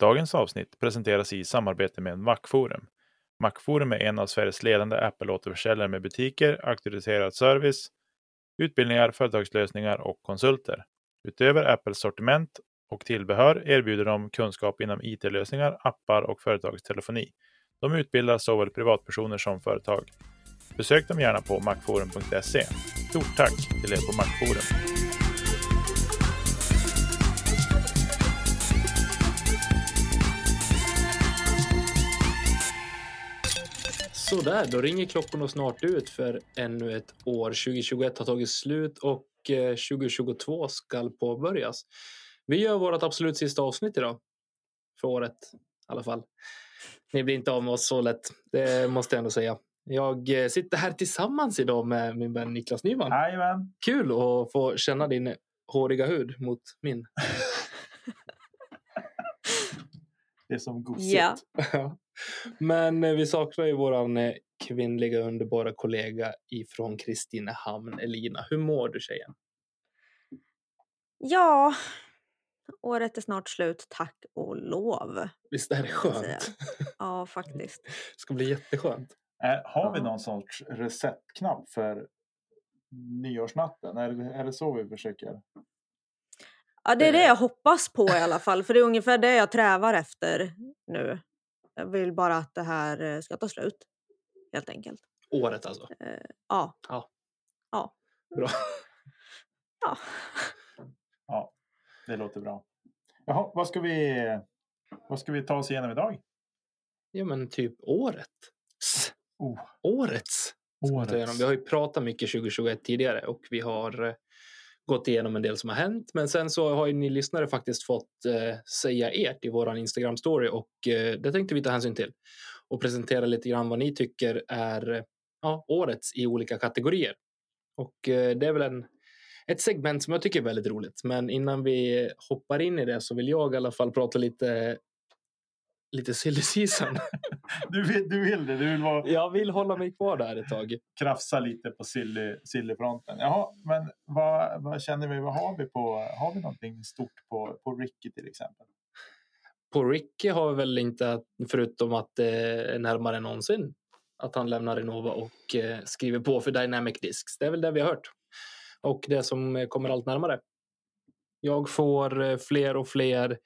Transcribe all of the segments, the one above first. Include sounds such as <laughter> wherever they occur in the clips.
Dagens avsnitt presenteras i samarbete med Macforum. Macforum är en av Sveriges ledande Apple-återförsäljare med butiker, auktoriserad service, utbildningar, företagslösningar och konsulter. Utöver Apples sortiment och tillbehör erbjuder de kunskap inom IT-lösningar, appar och företagstelefoni. De utbildar såväl privatpersoner som företag. Besök dem gärna på macforum.se. Stort tack till er på Macforum. Sådär, då ringer klockorna snart ut för ännu ett år. 2021 har tagit slut och eh, 2022 ska påbörjas. Vi gör vårt absolut sista avsnitt idag. För året i alla fall. Ni blir inte av med oss så lätt. Det måste jag ändå säga. Jag eh, sitter här tillsammans idag med min vän Niklas Nyman. Jajamän! Kul att få känna din håriga hud mot min. Det är som gosigt. Ja. Ja. Men eh, vi saknar ju våran eh, kvinnliga underbara kollega ifrån Kristinehamn, Elina. Hur mår du tjejen? Ja, året är snart slut, tack och lov. Visst är det kan man skönt? Ja, faktiskt. <laughs> Det ska bli jätteskönt. Är, Eh, har vi Ja. någon sorts resetknapp för nyårsnatten? Är det, är det så vi försöker? Ja, det är det Eh. jag hoppas på i alla fall, för det är ungefär det jag trävar efter nu. Jag vill bara att det här eh, ska ta slut, helt enkelt. Året alltså. Eh, Ja. Ja. Ja. Bra. Ja. Ja, det låter bra. Jaha, vad ska vi, vad ska vi ta oss igenom idag? Ja, men typ året. S- Oh, Årets. ska vi ta igenom. Vi har ju pratat mycket 2021 tidigare och vi har eh, gått igenom en del som har hänt. Men sen så har ju ni lyssnare faktiskt fått eh, säga ert i våran Instagram-story och eh, det tänkte vi ta hänsyn till och presentera lite grann vad ni tycker är eh, ja, årets i olika kategorier. Och eh, det är väl en, ett segment som jag tycker är väldigt roligt. Men innan vi hoppar in i det så vill jag i alla fall prata lite lite silly season. Du, vill- du vill det, du vill vara, Jag vill hålla mig kvar där ett tag. krafsa lite på silly- sillyfronten. Jaha, men vad, vad känner vi? Vad har vi på? Har vi någonting stort på, på Ricky till exempel? på Ricky har vi väl inte, att- förutom att det är närmare än någonsin, att han lämnar Renova och eh, skriver på för Dynamic Discs. Det är väl det vi har hört. Och det som eh, kommer allt närmare. Jag får eh, fler och fler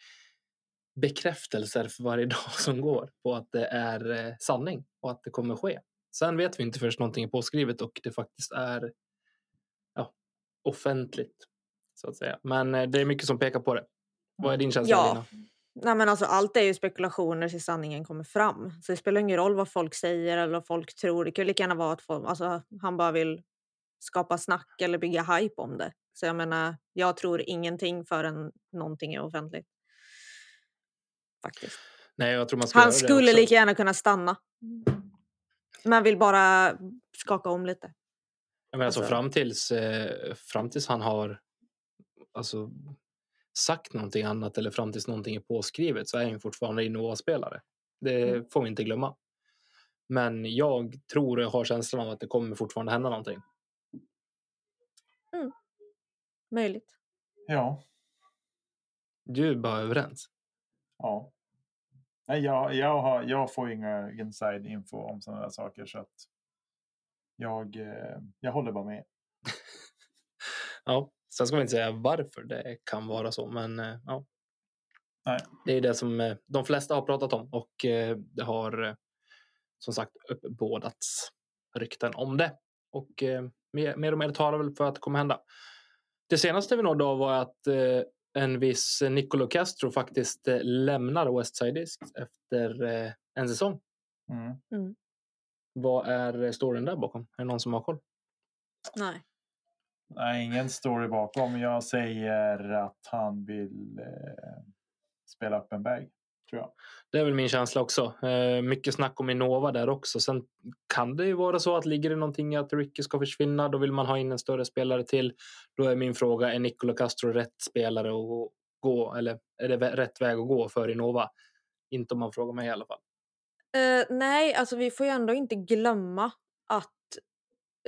bekräftelser för varje <laughs> dag som går på att det är eh, sanning och att det kommer ske. Sen vet vi inte förrän någonting är påskrivet och det faktiskt är ja, offentligt. Så att säga. Men eh, det är mycket som pekar på det. Vad är din känsla, Ja. Lina? Nej, men alltså, allt är ju spekulationer tills sanningen kommer fram. Så det spelar ingen roll vad folk säger eller vad folk tror. Det kan ju lika gärna vara att folk, alltså, han bara vill skapa snack eller bygga hype om det. Så jag menar, jag tror ingenting förrän någonting är offentligt. Faktiskt. Nej, jag tror man ska göra Han det skulle också. lika gärna kunna stanna. Men vill bara skaka om lite. Ja, men alltså, alltså- fram, tills, eh, fram tills han har alltså, sagt någonting annat eller fram tills någonting är påskrivet så är han ju fortfarande Innova-spelare. Det Mm. får vi inte glömma. Men jag tror och har känslan av att det kommer fortfarande hända någonting. Möjligt. Ja, Du är bara överens. ja. Nej, jag, jag, har, jag får inga inside info om sådana där saker så att jag, eh, jag håller bara med. Ja, sen ska vi inte säga varför det kan vara så, men eh, ja. Nej. Det är det som eh, de flesta har pratat om och eh, det har eh, som sagt uppbådats rykten om det. Och eh, mer mer och mer talar väl för att det kommer hända. Det senaste vi nådde av var att eh, en viss Nicolo Castro faktiskt eh, lämnar Westside Discs efter eh, en säsong. Mm. Vad är storyn där bakom? Är det någon som har koll? Nej. Nej, ingen story bakom. Jag säger att han vill eh, spela upp en bag, tror jag. Det är väl min känsla också. Eh, mycket snack om Innova där också. Sen kan det ju vara så att ligger det någonting i att Ricky ska försvinna, då vill man ha in en större spelare till. Då är min fråga, är Nicolo Castro rätt spelare att gå? Eller är det vä- rätt väg att gå för Innova? Inte om man frågar mig i alla fall. Eh, nej, alltså vi får ju ändå inte glömma att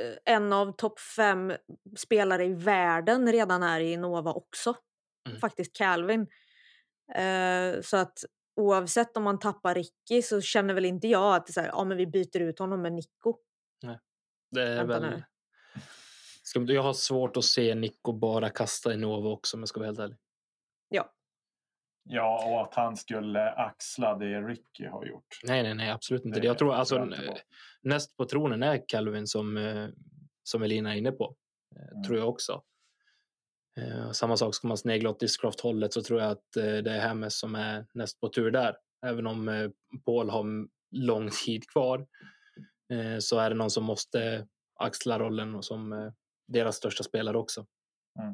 eh, en av topp fem spelare i världen redan är i Innova också. Mm. Faktiskt Calvin. Eh, så att oavsett om man tappar Ricky så känner väl inte jag att det är så här, ja, men vi byter ut honom med Nico. Det är Vänta väl... nu. Ska- Jag har svårt att se Nico bara kasta Innova också om jag ska vara helt ärlig. Ja, och att han skulle axla det Ricky har gjort. Nej, nej, nej, absolut inte. Det jag tror alltså tror jag inte på. näst på tronen är Calvin som, eh, som Elina är inne på. Eh, Mm. Tror jag också. Eh, och Samma sak ska man snegla åt Discraft-hållet så tror jag att eh, det är Hermes som är näst på tur där. Även om eh, Paul har m- lång tid kvar eh, så är det någon som måste axla rollen och som eh, deras största spelare också. Mm.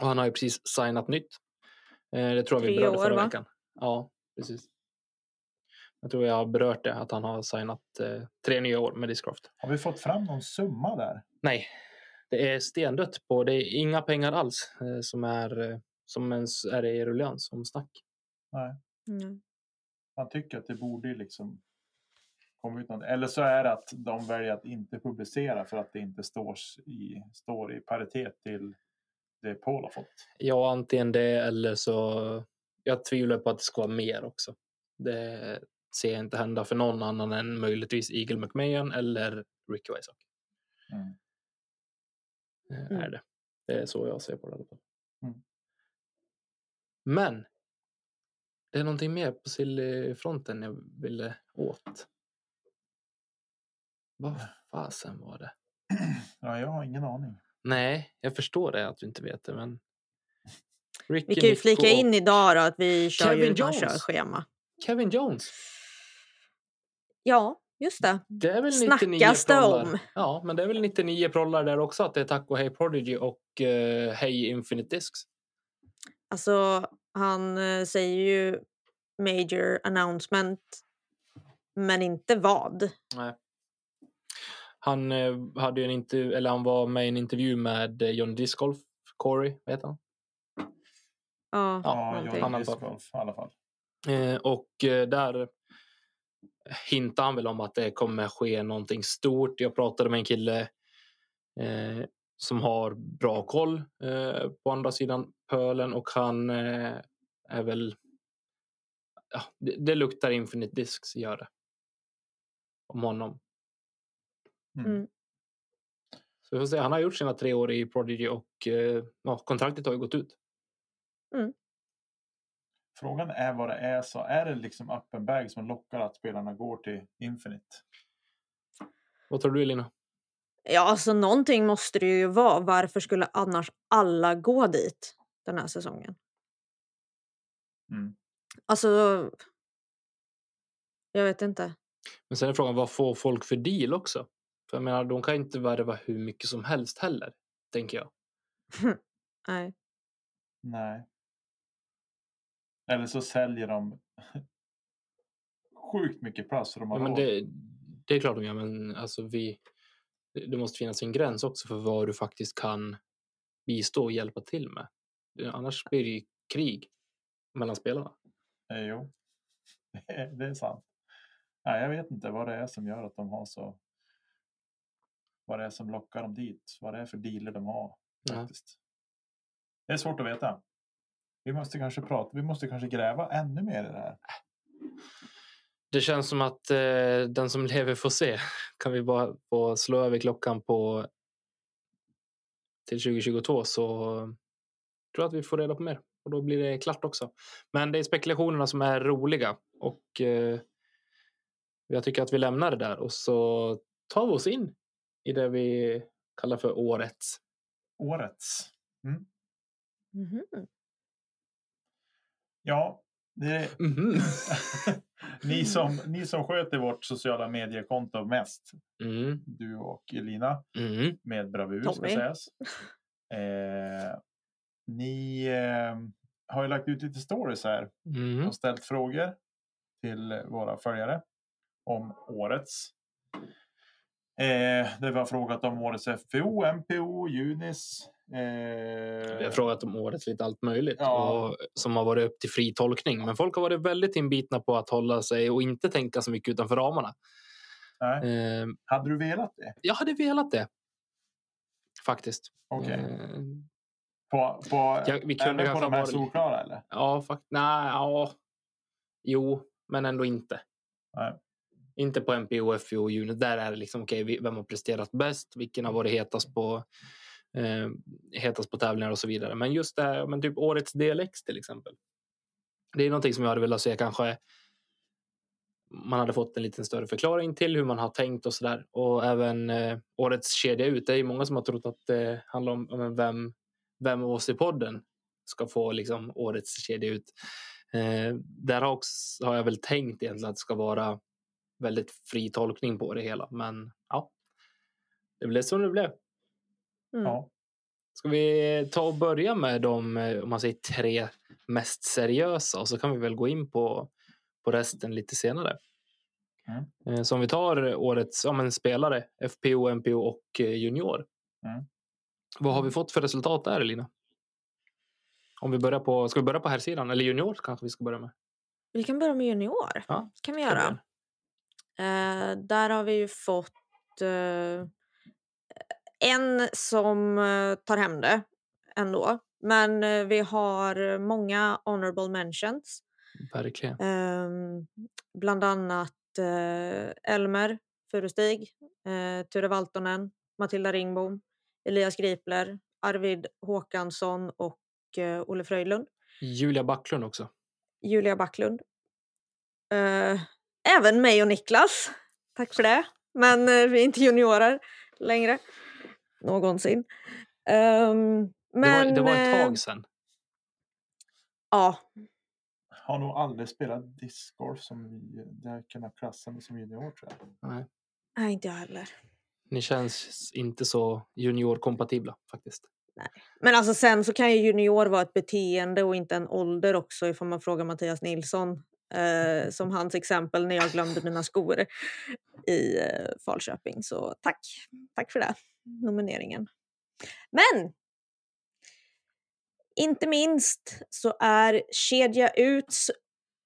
Och han har ju precis signat nytt. Eh, Det tror jag vi Tre berörde år, förra va? veckan. Ja, precis. Jag tror jag har berört det, att han har signat eh, tre nya år med Discraft. Har vi fått fram någon summa där? Nej, det är stendött på. Det är inga pengar alls eh, som är eh, som ens är i ruljans om snack. Nej, Mm. man tycker att det borde ju liksom komma ut något. Eller så är det att de väljer att inte publicera för att det inte står i, står i paritet till det Paul har fått. Ja, antingen det eller så. Jag tvivlar på att det ska vara mer också. Det ser jag inte hända för någon annan än möjligtvis Eagle McMahon eller Ricky Waysock. Mm. <clears throat> Eh, Mm. Är det. det är så jag ser på det. i alla fall. Mm. Men. Det är någonting mer på Silly-fronten jag ville åt. Vad fasen var det? Ja, jag har ingen aning. Nej, jag förstår det att du inte vet det, men. Ricky, Vi kan ju Nico flika och in idag då att vi kör Kevin ju utan Jones. körschema. Kevin Jones. Ja, just det. Det är väl 99 Snackas det prollar. om. Ja, men det är väl 99 prollar där också att det är tack och hej Prodigy och uh, hej Infinite Discs. Alltså, han eh, säger ju major announcement, men inte vad. Han eh, hade ju en intervju, eller han var med i en intervju med eh, Johnny Discgolf, Corey, vad heter han? Ja, Ja, Ja, någonting. Johnny annan Discgolf i alla fall. Eh, och eh, där hintar han väl om att det kommer ske någonting stort. Jag pratade med en kille eh, som har bra koll eh, på andra sidan pölen och han eh, är väl... Ja, det, det luktar Infinite Discs, gör det. Om honom. Mm. Mm. Så vi får se, han har gjort sina tre år i Prodigy och eh, ja, kontraktet har ju gått ut. Frågan är vad det är. Så är det liksom öppen bag som lockar att spelarna går till Infinite? Vad tror du Elina? Ja, alltså någonting måste det ju vara. Varför skulle annars alla gå dit den här säsongen? Mm. Alltså, jag vet inte. Men sen är frågan, vad får folk för deal också? För jag menar, de kan ju inte värva hur mycket som helst heller, tänker jag. Nej. Nej. Eller så säljer de <laughs> sjukt mycket plats så de har Ja, men råd. det, det är klart de gör, men alltså vi, det- det måste finnas en gräns också för vad du faktiskt kan bistå och hjälpa till med. Det- Annars blir det ju krig mellan spelarna. Eh, jo, <laughs> det är- det är sant. Nej, jag vet inte vad det är som gör att de har så. Vad det är som lockar dem dit, vad det är för dealer de har. Ja. Faktiskt. Det är svårt att veta. Vi måste kanske prata. Vi måste kanske gräva ännu mer i det här. Det känns som att eh, den som lever får se. <laughs> Kan vi bara få slå över klockan på till 2022 så tror jag att vi får reda på mer. Och då blir det klart också. Men det är spekulationerna som är roliga. Och eh, jag tycker att vi lämnar det där och så tar vi oss in i det vi kallar för årets. Årets. Mm. Mhm. Ja, det Mhm. <laughs> ni, som, ni som sköter vårt sociala mediekonto mest, Mm, du och Elina mm. med bravur ska Tommy. sägas. Eh, ni eh, har ju lagt ut lite stories här Mm. och ställt frågor till våra följare om årets. Eh, där vi har frågat om årets FPO, MPO, Junis. Eh, Vi har frågat om året lite allt möjligt Ja. och, som har varit upp till fri tolkning. Men folk har varit väldigt inbitna på att hålla sig och inte tänka så mycket utanför ramarna. nej. Eh, Hade du velat det? jag hade velat det. Faktiskt. Okej. Eh, På, på, Ja, vi kunde även på kanske de här ha varit- Mm. solklara eller? ja, fakt- nej, ja. Jo, men ändå inte. Nej. Inte på MPO, FPO och Unit. Där är det liksom okej, vi- vem har presterat bäst? Vilken har varit hetast på, eh, hetast på tävlingar och så vidare. Men just det här, ja, men typ årets DLX till exempel. Det är någonting som jag hade velat se kanske. Man hade fått en liten större förklaring till hur man har tänkt och sådär. Och även eh, årets kedja ut. Det är ju många som har trott att det handlar om, om en vem, vem av oss i podden ska få liksom årets kedja ut. Eh, där har, också, har jag väl tänkt egentligen att det ska vara väldigt fri tolkning på det hela. Men ja, det blev som det blev. Mm. Ja. Ska vi ta och börja med de eh, om man säger, tre mest seriösa och så kan vi väl gå in på, på resten lite senare. Mm. Eh, Så om vi tar årets ja, men spelare, FPO, MPO och eh, junior. Mm. Vad har vi fått för resultat där Elina? Om vi börjar på, ska vi börja på här sidan eller junior kanske vi ska börja med? Vi kan börja med junior. Ja, kan vi göra. Eh, där har vi ju fått eh, en som eh, tar hem det ändå. Men eh, vi har många honorable mentions. Verkligen. Ehm, bland annat eh, Elmer Furustig, eh, Ture Valtonen, Matilda Ringbom, Elias Gripler, Arvid Håkansson och eh, Olle Fröjdlund. Julia Backlund också. Julia Backlund. Eh, även mig och Niklas. Tack för det. Men eh, vi är inte juniorer längre. Någonsin. Ehm, men, det, var, det var ett eh, tag sedan. Ja, Har nog aldrig spelat discgolf som där kunna klassa mig som junior tror jag. Nej, nej inte jag heller. ni känns inte så juniorkompatibla faktiskt. Men alltså sen så kan ju junior vara ett beteende och inte en ålder också ifall man frågar Mattias Nilsson. Eh, som hans exempel när jag glömde mina skor i eh, Falköping. Så tack. Tack för det. Nomineringen. Men! Inte minst så är Kedja Uts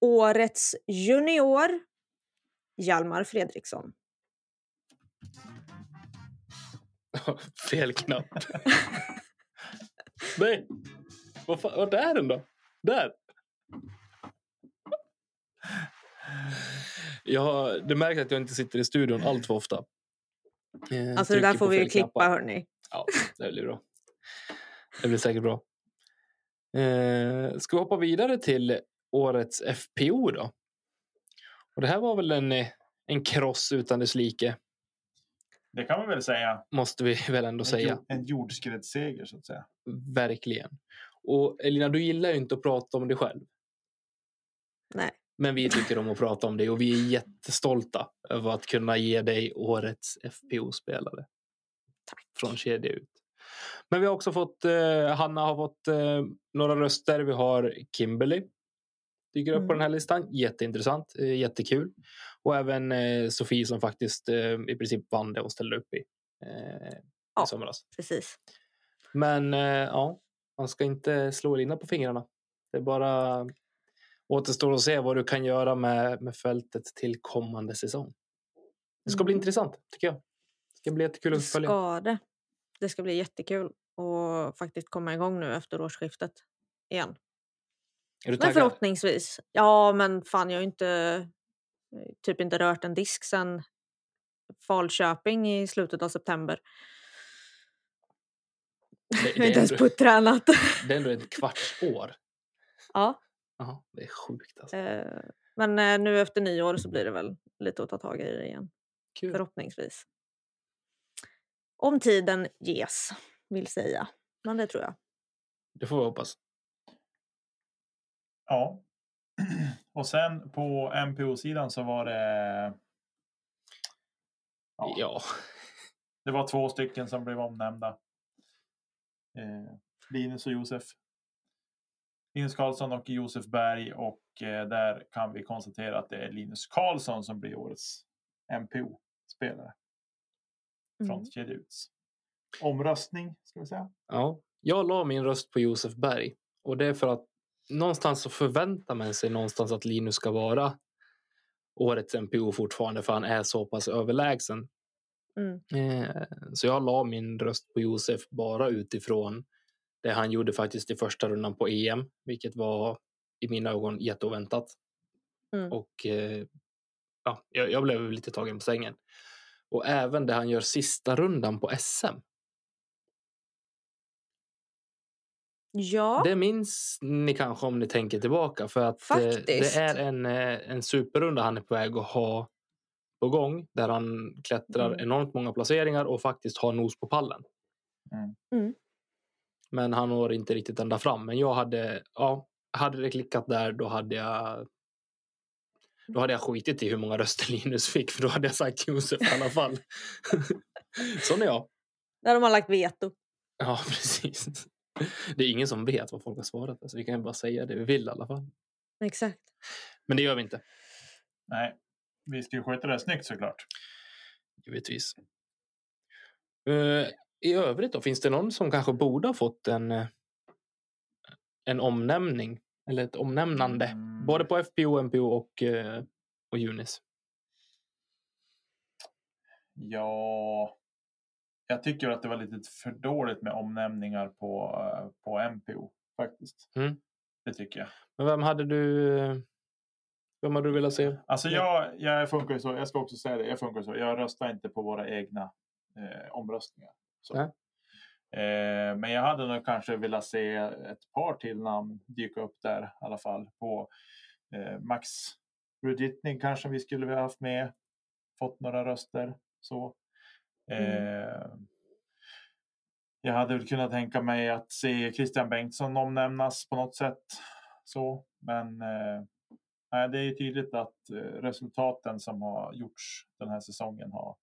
årets junior Hjalmar Fredriksson. Mm, <laughs> Fel knapp. Nej. Vad fan, vart är den då? Där. Ja, det märks att jag inte sitter i studion allt för ofta. Eh, Alltså det där trycker på får vi ju fel knappar. klippa hörni. Ja, det blir bra. Det blir säkert bra. Eh, ska vi hoppa vidare till årets FPO då? Och det här var väl en, eh, en kross utan dess like, Det kan man väl säga. måste vi väl ändå En, säga. jord, en jordskredsseger så att säga. Verkligen. Och Elina, du gillar ju inte att prata om dig själv. Nej. Men vi tycker om att prata om dig och vi är jättestolta över att kunna ge dig årets FPO-spelare. Från kedja ut. Men vi har också fått, eh, Hanna har fått eh, några röster. Vi har Kimberly. Dyker upp på Mm. den här listan. Jätteintressant, eh, jättekul. Och även eh, Sofie som faktiskt eh, i princip vann det och ställde upp i, eh, i Ja. somras. Precis. Men eh, ja, man ska inte slå Elina på fingrarna. Det är bara återstår att se vad du kan göra med, med fältet till kommande säsong. Det ska bli Mm. intressant tycker jag. Det ska bli jättekul Det att följa. ska det. Det ska bli jättekul att faktiskt komma igång nu efter årsskiftet igen. Är du Men taggad? förhoppningsvis. Ja, men fan jag har ju inte typ inte rört en disk sedan Falköping i slutet av september. Det, <laughs> Jag har det, är inte ens ändå, puttränat. <laughs> det är ändå ett kvarts år. ja, Ja, det är sjukt alltså. eh, men eh, nu efter nyår så blir det väl lite att ta tag i det igen. Kul. Förhoppningsvis. Om tiden ges, vill säga. Men det tror jag. Det får vi hoppas. Ja. <clears throat> Och sen på MPO-sidan så var det. Ja, Ja, Det var två stycken som blev omnämnda. eh, Linus och Josef. Linus Karlsson och Josef Berg och eh, där kan vi konstatera att det är Linus Karlsson som blir årets MPO-spelare Mm. Mm. från Kedja Uts. Omröstning ska vi säga. Ja, jag la min röst på Josef Berg och det är för att någonstans så förväntar man sig någonstans att Linus ska vara årets MPO fortfarande för han är så pass överlägsen. Mm. Eh, Så jag la min röst på Josef bara utifrån det han gjorde faktiskt i första rundan på EM, vilket var i mina ögon jätteoväntat. Mm. Och eh, ja, jag, jag blev lite tagen på sängen. Och även det han gör sista rundan på SM. Ja, Det minns ni kanske om ni tänker tillbaka. För att eh, Faktiskt. det är en, eh, en superrunda han är på väg att ha på gång. Där han klättrar Mm. enormt många placeringar och faktiskt har nos på pallen. Mm. Mm. Men han når inte riktigt ända fram. Men jag hade, ja, hade det klickat där då hade jag då hade jag skitit i hur många röster <laughs> Linus fick för då hade jag sagt Josef i alla fall. <laughs> Sån är jag. där de har lagt veto. <laughs> Ja, precis. Det är ingen som vet vad folk har svarat. Alltså, vi kan ju bara säga det vi vill i alla fall. Exakt. Men det gör vi inte, Nej, vi ska ju sköta det här snyggt såklart. givetvis. Eh, I övrigt då, finns det någon som kanske borde ha fått en, eh, en omnämning? Eller ett omnämnande? Mm. Både på FPO, MPO och, eh, och Unis. Ja, jag tycker att det var lite för dåligt med omnämningar på, eh, på MPO faktiskt. Mm. Det tycker jag. Men vem hade du... eh, Vem hade du velat se? Alltså Ja. jag, jag funkar ju så, jag ska också säga det, jag funkar ju så. Jag röstar inte på våra egna eh, omröstningar. Så. Nej. Eh, men jag hade nog kanske velat se ett par till namn dyka upp där i alla fall. På eh, Max Ruditny kanske vi skulle vilja haft med. Fått några röster så. Eh, jag hade väl kunnat tänka mig att se Christian Bengtsson omnämnas på något sätt. Så, men eh, nej, det är ju tydligt att eh, resultaten som har gjorts den här säsongen har,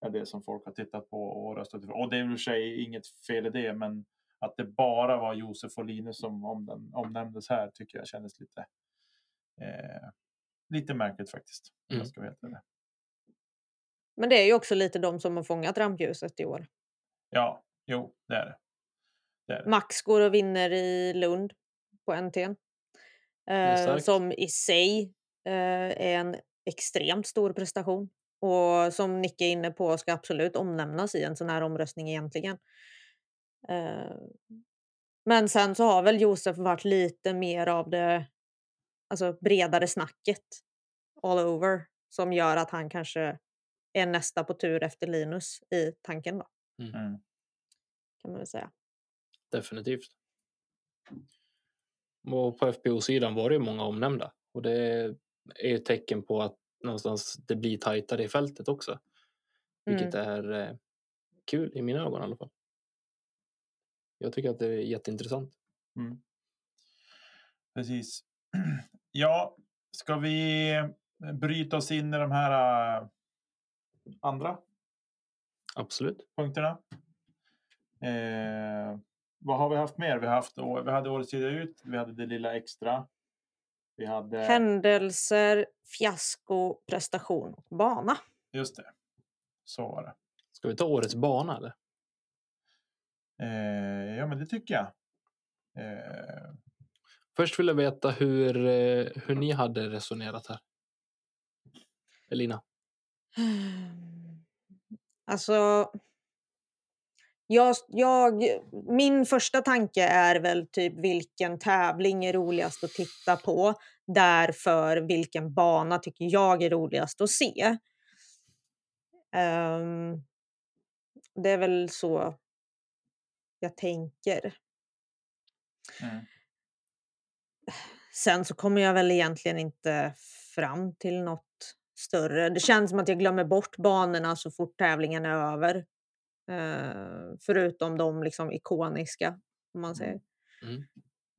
är det som folk har tittat på och röstat för. Och det är väl i och för sig inget fel i det, men att det bara var Josef och Linus som omnäm- omnämndes här tycker jag kändes lite, eh, lite märkligt faktiskt. om Mm. Jag ska veta det. Men det är ju också lite de som har fångat rampljuset i år. Ja, jo, det är det. det, är det. Max går och vinner i Lund på NT'n. är Eh, starkt. som i sig eh, är en extremt stor prestation. Och som Nicke är inne på ska absolut omnämnas i en sån här omröstning egentligen. Eh, men sen så har väl Josef varit lite mer av det alltså bredare snacket all over som gör att han kanske är nästa på tur efter Linus i tanken då, Mm. kan man väl säga. Definitivt. Och på FPO-sidan var det ju många omnämnda. Och det är ju ett tecken på att någonstans det blir tajtare i fältet också. Vilket är eh, kul i mina ögon i alla fall. Jag tycker att det är jätteintressant. Mm. Precis. <clears throat> Ja, ska vi eh, bryta oss in i de här eh, andra Absolut. punkterna. Eh, vad har vi haft mer? Vi, har haft, å- vi hade årets sida ut, vi hade det lilla extra. Vi hade... Händelser, fiasko, prestation och bana. Just det. Så var det. Ska vi ta årets bana eller? Eh, ja, men det tycker jag. Eh, Först vill jag veta hur, eh, hur ni hade resonerat här. Elina. Alltså, jag, jag, min första tanke är väl typ vilken tävling är roligast att titta på? Därför vilken bana tycker jag är roligast att se? Ehm, det är väl så jag tänker. Mm. Sen så kommer jag väl egentligen inte fram till något större. Det känns som att jag glömmer bort banorna så fort tävlingen är över. Eh, förutom de liksom ikoniska, om man säger. Mm.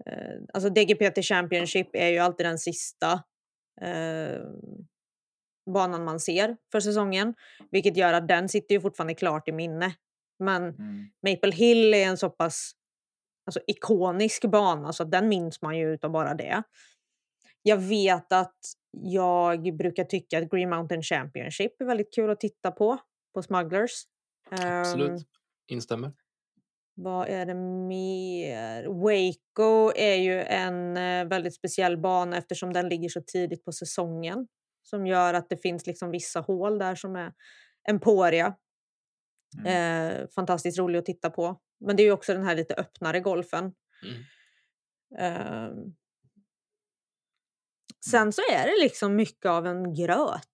Eh, alltså DGPT Championship är ju alltid den sista eh, banan man ser för säsongen. Vilket gör att den sitter ju fortfarande klart i minne. Men mm, Maple Hill är en så pass alltså, ikonisk bana så att den minns man ju utav bara det. Jag vet att jag brukar tycka att Green Mountain Championship är väldigt kul att titta på, på Smugglers. Ehm, Absolut. Instämmer. vad är det mer? Waco är ju en eh, väldigt speciell bana eftersom den ligger så tidigt på säsongen som gör att det finns liksom vissa hål där som är Emporia. mm, Mm. Eh, fantastiskt rolig att titta på. Men det är ju också den här lite öppnare golfen. Mm. Ehm. Sen så är det liksom mycket av en gröt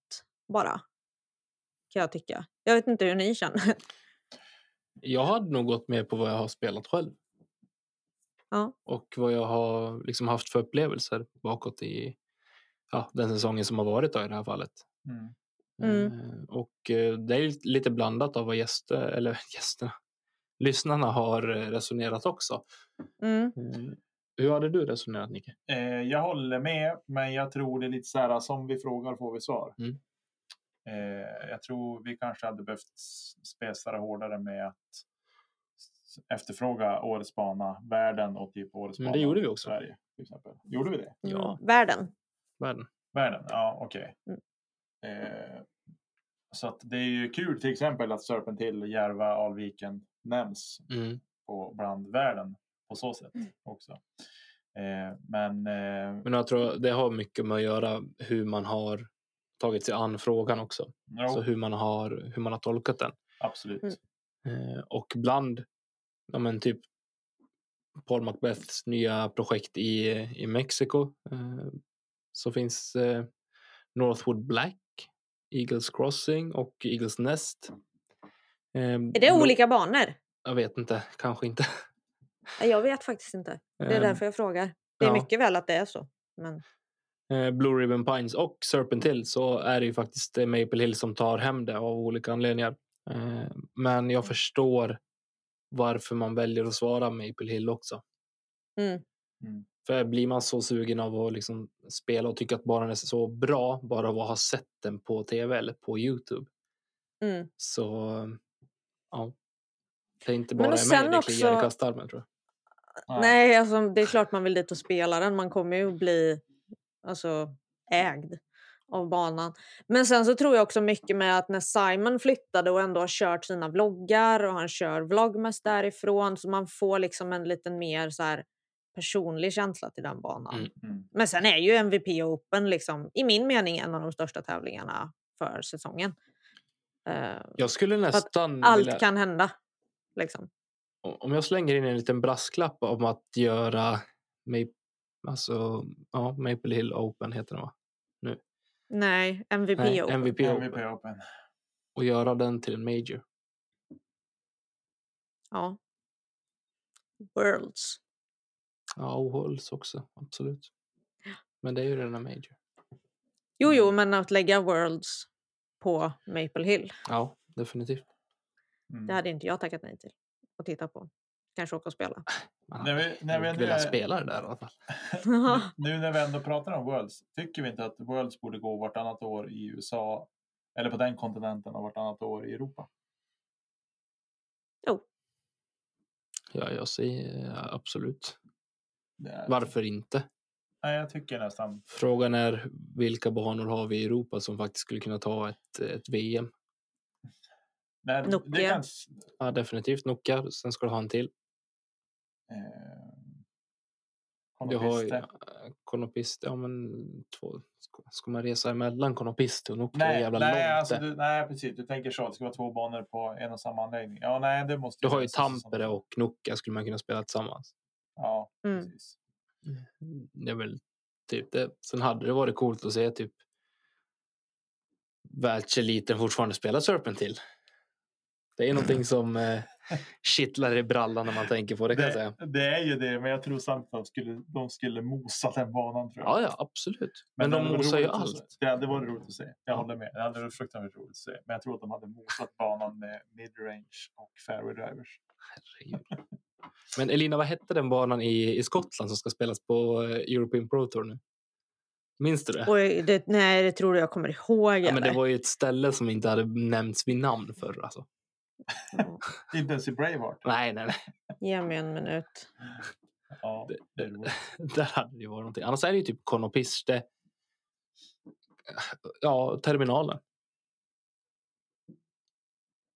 bara. Kan jag tycka. Jag vet inte hur ni känner. <laughs> Jag hade nog gått med på vad jag har spelat själv. Ja. Och vad jag har liksom haft för upplevelser bakåt i ja, den säsongen som har varit då, i det här fallet. Mm. Mm. Eh, Och eh, det är lite blandat av vad gäster, eller <laughs> gästerna, lyssnarna har eh, resonerat också. Mm. Eh, Hur hade du resonerat, Nicke? Eh, jag håller med, men jag tror det är lite så här som vi frågar får vi svar. Mm. Eh, jag tror vi kanske hade behövt s- spesa det hårdare med att s- efterfråga årets bana, världen och typ årets Men det bana. gjorde vi i också. Sverige, till exempel. Gjorde vi det? Ja. Mm. Världen. Världen? Världen, ja okej. Eh, så att det är ju kul till exempel att Serpentil, Järva, Alviken nämns Mm. på, bland världen på så sätt också. Eh, men eh, Men jag tror det har mycket med att göra hur man har tagit sig an frågan också. jo, Så hur man har, hur man har tolkat den. absolut. Mm. Eh, Och bland, ja men typ Paul Macbeths nya projekt i, i Mexiko eh, så finns eh, Northwood Black, Eagles Crossing och Eagles Nest. Eh, Är det olika banor? Jag vet inte, kanske inte. Nej, Jag vet faktiskt inte. Det är Eh, därför jag frågar. Det är ja. mycket väl att det är så. Men eh, Blue Ribbon Pines och Serpent Hill så är det ju faktiskt eh, Maple Hill som tar hem det av olika anledningar. Eh, Men Mm. jag förstår varför man väljer att svara Maple Hill också. Mm. Mm. För blir man så sugen av att liksom spela och tycka att banan är så bra bara av att ha sett den på tv eller på Youtube mm. så ja. Det är inte Men bara och i sen mig det kliar i också- kastarmen tror jag. Ja. Nej, alltså, det är klart man vill dit och spela den. Man kommer ju att bli alltså, ägd av banan. Men sen så tror jag också mycket med att när Simon flyttade och ändå har kört sina vloggar och han kör vlogmas därifrån så man får liksom en liten mer så här personlig känsla till den banan. Mm. Mm. Men sen är ju MVP Open liksom, i min mening en av de största tävlingarna för säsongen. Eh, Jag skulle nästan vilja- Allt kan hända. Liksom. om jag slänger in en liten brasklapp om att göra Maple, alltså, ja, Maple Hill Open heter den va? Nej, MVP Nej, Open. MVP MVP Open. Open. Och göra den till en Major. Ja. Worlds. Ja, och Hulls också, absolut. Men det är ju redan en Major. Jo, jo, men att lägga Worlds på Maple Hill, Ja, definitivt. Mm. det hade inte jag tackat nej till att titta på. Kanske åka och spela. Man När hade vi, när vi, nog ändå velat är- spela det där i alla fall. <laughs> nu när vi ändå pratar om Worlds, tycker vi inte att Worlds borde gå vartannat år i USA eller på den kontinenten och vartannat år i Europa? Ja, jag säger eh, absolut. Det är- Varför inte? Nej, jag tycker nästan. Frågan är vilka banor har vi i Europa som faktiskt skulle kunna ta ett, ett VM? Nej, det Nokia. kan, s- Ja, definitivt Nokia. Sen ska du ha en till. eh, Du har ju Konopiste. eh, Konopiste, ja men två, ska, ska man resa emellan Konopiste och Nokia? Det är Nej, jävla nej, långt alltså, det. du, nej, precis. Du tänker så. Det ska vara två banor på en och samma anläggning. Ja, nej, det måste Du har ju lösas som- Tampere och Nokia skulle man kunna spela tillsammans. Ja, Mm. precis. Det är väl typ det. Sen hade det varit coolt att se typ världseliten fortfarande spela Serpent till. Det <laughs> är någonting som eh, kittlar i brallan när man tänker på det kan jag säga. Det, det är ju det, men jag tror samtidigt att de skulle, de skulle mosa den banan. Tror jag. Ja, ja, absolut. Men, det de hade varit mosar ju roligt att se. allt. Det hade varit roligt att se. Jag håller med. Det hade varit fruktansvärt roligt att se. Men jag tror att de hade mosat banan med midrange och fairway drivers. Herregud. Men Elina, vad hette den banan i, i Skottland som ska spelas på eh, European Pro Tour nu? Minns du det? <laughs> Oj, det, nej, det tror du jag kommer ihåg. Ja, men det eller? var ju ett ställe som inte hade nämnts vid namn förr. Alltså. Inte ens i Braveheart. Nej, nej, <laughs> nej. Ge mig en minut. Ja, det är roligt. Där hade det ju varit någonting. Annars är det ju typ Konopiste. Ja, terminalen.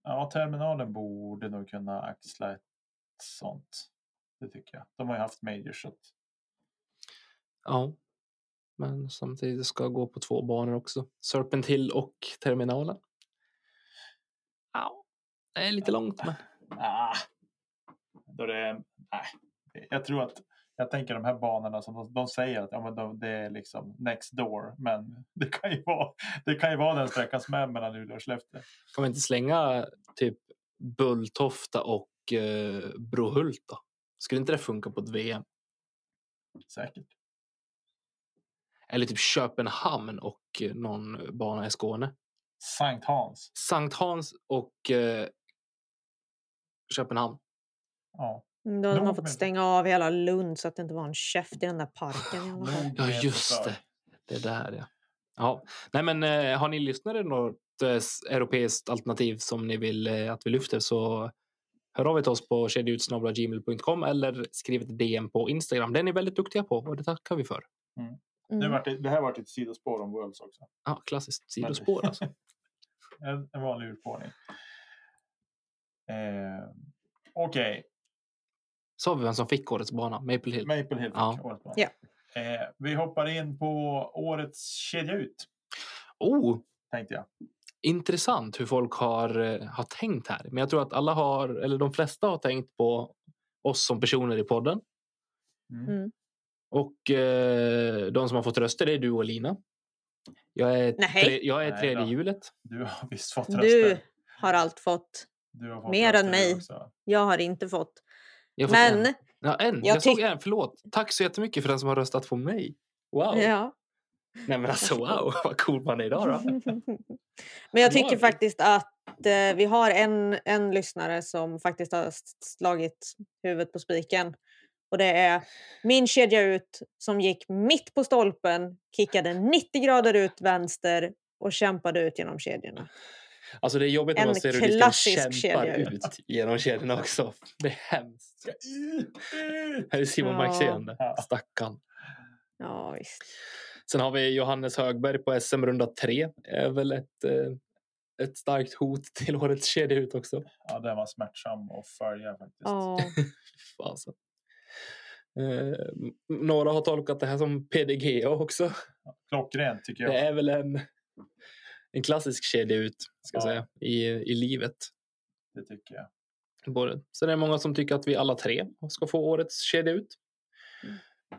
ja, terminalen borde nog kunna axla ett sånt. Det tycker jag. De har ju haft majors. Så att... Ja. Men samtidigt ska jag gå på två banor också. Serpent Hill och terminalen. Ja. Det är lite långt men. Ah, då det, nej. Jag tror att jag tänker de här banorna som de, de säger att ja, men de, det är liksom next door. Men det kan ju vara, det kan ju vara den sträckan som är mellan Luleå och Skellefteå. Kan vi inte slänga typ Bulltofta och eh, Brohult då? Skulle inte det funka på ett VM? Säkert. Eller typ Köpenhamn och eh, någon bana i Skåne. Sankt Hans. Sankt Hans och eh, Köpenhamn. Ja. Mm, Då hade Nog man fått med- stänga av hela Lund så att det inte var en käft i den där parken i alla fall. nog Mm. Ja, med just förstör. det. Det är där, ja. ja. Nej, men eh, har ni lyssnare något eh, s- europeiskt alternativ som ni vill eh, att vi lyfter så hör av er till oss på kedjautsnabla.gmail.com eller skriv ett DM på Instagram. Det är ni väldigt duktiga på och det tackar vi för. Nu Mm. vart det, det här vart ett sidospår om Worlds också. Ja, klassiskt sidospår alltså. <laughs> En, en vanlig urspårning. Eh, Okej, Sa vi vem som fick årets bana? Maple Hill. Maple Hill. fick Ja. årets barn. Ja. Eh, vi hoppar in på årets kedja ut, Oh, tänkte jag. intressant hur folk har, eh, har tänkt här. Men jag tror att alla har, eller de flesta har tänkt på oss som personer i podden. Mm. Mm. Och eh, de som har fått röster är du och Lina. Jag är, Nej. tre, jag är Nej tredje då. hjulet. Du har visst fått Du röster. har allt fått. Du har fått mer än röster du mig. också. Jag har inte fått. Jag har fått Men, en. Ja, en. Jag, jag såg tyck- en, förlåt. Tack så jättemycket för den som har röstat på mig. Wow. ja. Nej men alltså wow, vad cool man är <laughs> idag då. Men jag Bra, tycker Erik. faktiskt att eh, vi har en, en lyssnare som faktiskt har s- slagit huvudet på spiken. Och det är min kedja ut som gick mitt på stolpen, kickade 90 grader ut vänster och kämpade ut genom kedjorna. Alltså det är jobbigt när En man ser hur disken klassisk kämpar kedja ut. ut genom kedjorna också. <laughs> Det är hemskt. Ut, ut! Här är Simon Ja. Maxén, där. Ja. stackarn. Ja, visst. Sen har vi Johannes Högberg på SM runda tre. Är väl ett, eh, ett starkt hot till årets kedja ut också. Ja, den var smärtsam att följa faktiskt. Ja. Fasen. Eh, m- några har tolkat det här som PDGA också. Klockrent tycker Det jag. är väl en, en klassisk kedja ut ska jag Ja. säga, i, i livet. Det tycker jag. Både. Så det är många som tycker att vi alla tre ska få årets kedja ut.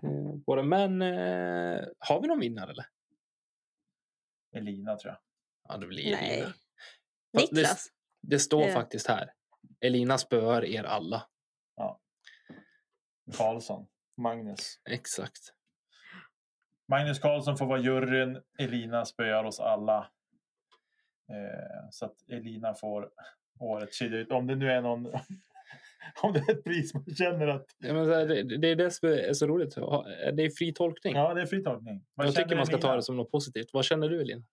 Eh, Både, men eh, har vi någon vinnare eller? Elina tror jag. Ja, det blir Nej. Elina. Fast det- Niklas? Det står Ja. faktiskt här. Elina spöar er alla. Karlsson. Magnus. Exakt. Magnus Karlsson får vara juryn. Elina spöar oss alla. Eh, så att Elina får årets kedja ut. Om det nu är någon... <laughs> Om det är ett pris man känner att... Ja, men så här, det, det är det som är så roligt. Ha- Det är fri tolkning. Ja, det är fri tolkning. Vad jag tycker känner man ska Elina? ta det som något positivt. Vad känner du Elina?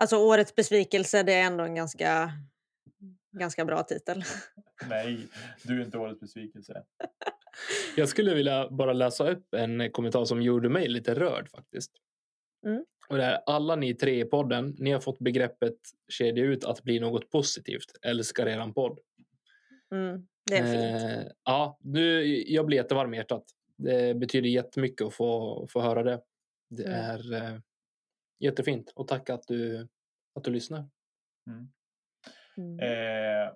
Alltså årets besvikelse, det är ändå en ganska, ganska bra titel. Nej, du är inte årets besvikelse. Jag skulle vilja bara läsa upp en kommentar som gjorde mig lite rörd faktiskt. Mm. Och det är, alla ni tre i podden, ni har fått begreppet kedja ut att bli något positivt. Älskar eran podd. Mm, det är fint. Eh, ja, nu, jag blir jättevarm i hjärtat. Det betyder jättemycket att få, få höra det. Det Mm. är eh, jättefint och tack att du, att du lyssnar. Mm. Eh,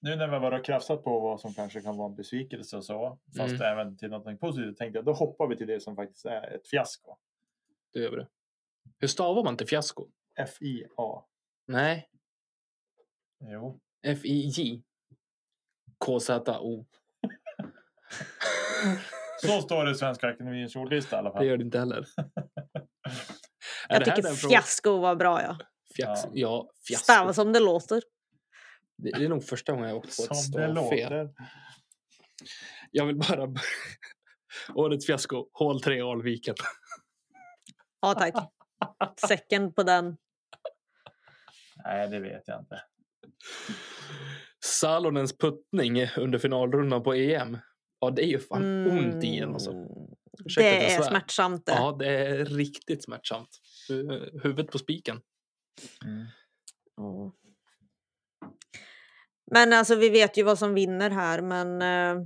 nu när vi bara har krafsat på vad som kanske kan vara en besvikelse och så, fast Mm. även till något positivt, tänkte jag då hoppar vi till det som faktiskt är ett fiasko. Du gör vi det. Hur stavar man till fiasko? FIA. Nej, Jo. F-I-J. K-Z-O. Så står det i Svenska Akademiens ordlista i alla Det fall. gör det inte heller. Är Jag det här tycker den frågan- fiasko var bra. Ja. alltså. Fjax, Ja. ja, Stav fiasko. som det låter. Det, det är nog första gången jag åkt på ett Som det stavfel. låter. Jag vill bara... <laughs> Årets fiasko, hål 3 Alviken. <laughs> Ja tack. Säcken på den. Nej, det vet jag inte. Salonens puttning under finalrundan på EM. Ja, det är ju fan ont i en alltså. Mm, Ursäkta att Det jag är svär. smärtsamt det. Ja, det är riktigt smärtsamt. Hu- Huvudet på spiken. Mm. Ja. Men alltså vi vet ju vad som vinner här men eh,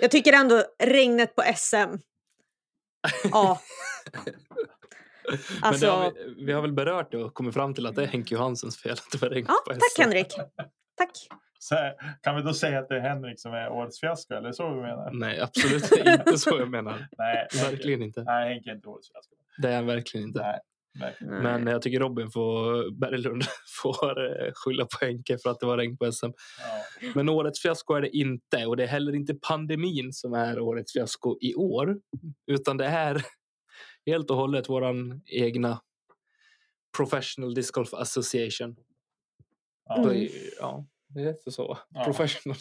jag tycker ändå regnet på SM. <laughs> Ja, Men det har alltså. vi, vi har väl berört det och kommit fram till att det är Henke Johanssens fel att det var regn Ja, på tack SM. Henrik. Tack. Så här, kan vi då säga att det är Henrik som är årets fiasko? Eller så vi menar? Nej, absolut inte så jag menar. <laughs> Nej, Henke, Mm. Verkligen inte. nej, Henke är inte årets fiasko. Det är han verkligen inte. Mm. Nej, verkligen. Nej. Men jag tycker Robin får, Berglund <laughs> får eh, skylla på Henke för att det var regn på SM. Ja. Men årets fiasko är det inte. Och det är heller inte pandemin som är årets fiasko i år. Utan det är helt och hållet våran egna Professional Disc Golf Association. Ja. Då är- Mm. Ja, det heter så. Ja. Professional.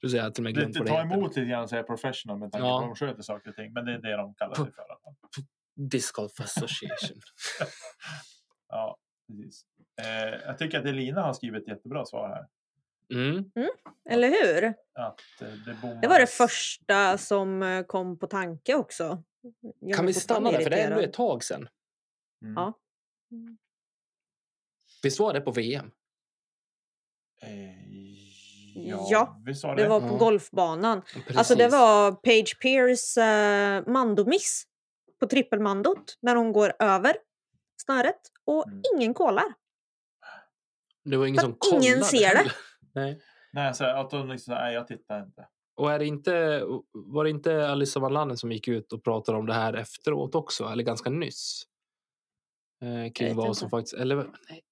Du säger att till och med Det, glömt det vad tar heter. emot lite grann att säga professional med tanke Ja. på hur de sköter saker och ting. Men det är det de kallar sig för. i alla fall. Disc Golf Association. Ja, precis. Eh, jag tycker att Elina har skrivit ett jättebra svar här. Mm. Eller hur? Att eh, det, Det var bommas- det första som eh, kom på tanke också. Jag Kan är vi fortfarande stanna där? För det är ändå irriterad. ett tag sedan. Mm. Ja. Visst var det på VM? Eh, ja, Ja, vi sa det. Det var på Ja. golfbanan. Precis. Alltså det var Paige Pierce eh, mandomiss på trippelmandot när hon går över snöret och Mm. ingen kollar. Det var ingen För som att ingen kollade ser det. heller. Nej. Nej, så här, att de liksom, nej, jag tittar inte. Och är det inte, var det inte Alissa Wallander som gick ut och pratade om det här efteråt också? Eller ganska nyss? Eh, vet kring vad som inte. faktiskt... Eller, nej.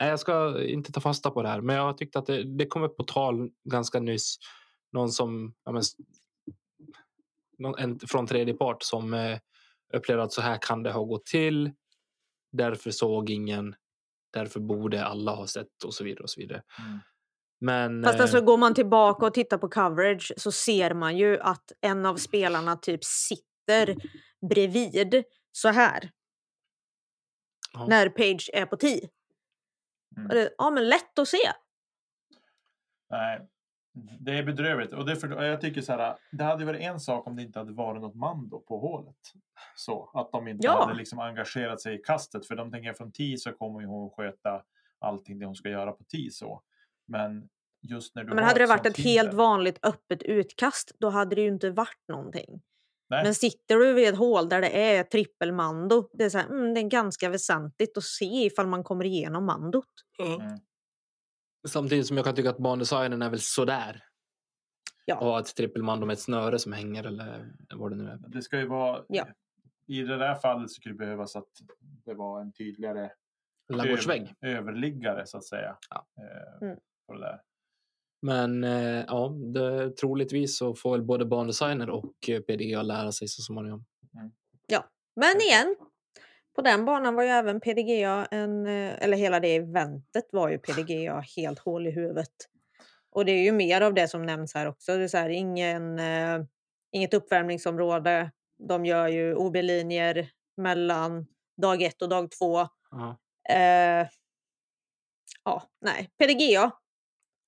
nej, jag ska inte ta fasta på det här. Men jag tyckte att det, det kom upp på tal ganska nyss. Någon som... Ja, men, s- någon, en från tredje part som eh, upplevde att så här kan det ha gått till. Därför såg ingen. Därför borde alla ha sett och så vidare. och så vidare. Mm. Men... Fast eh, alltså går man tillbaka och tittar på coverage så ser man ju att en av spelarna typ sitter bredvid så här ja. när Page är på tee. Mm. Och det- Ja men lätt att se. Nej, det är bedrövligt. Och det är för, och jag tycker så här, det hade varit en sak om det inte hade varit något mando på hålet. Så att de inte Ja. hade liksom engagerat sig i kastet. För de tänker från tio så kommer ju hon sköta allting det hon ska göra på tio så. Men just när du Men har hade det ett varit sånt ett helt hinder- vanligt öppet utkast då hade det ju inte varit någonting. Nej. Men sitter du vid ett hål där det är trippelmando, det är, så här, mm, det är ganska väsentligt att se ifall man kommer igenom mandot. Mm. Samtidigt som jag kan tycka att bandesignen är väl sådär. Ja. Och ha ett trippelmando med ett snöre som hänger eller vad det nu är. Det ska ju vara... Ja. I det där fallet så skulle det behövas att det var en tydligare Ladugårdsvägg. över- överliggare så att säga. Ja. Eh, Mm. på det där. Men eh, ja, det, troligtvis så får väl både bandesigner och eh, PDA lära sig så småningom. Men igen, på den banan var ju även PDGA en, eh, eller hela det eventet var ju PDGA helt hål i huvudet. Och det är ju mer av det som nämns här också. Det är så här, ingen, eh, inget uppvärmningsområde. De gör ju OB-linjer mellan dag ett och dag två. Ja. Eh, ja, nej. PDGA,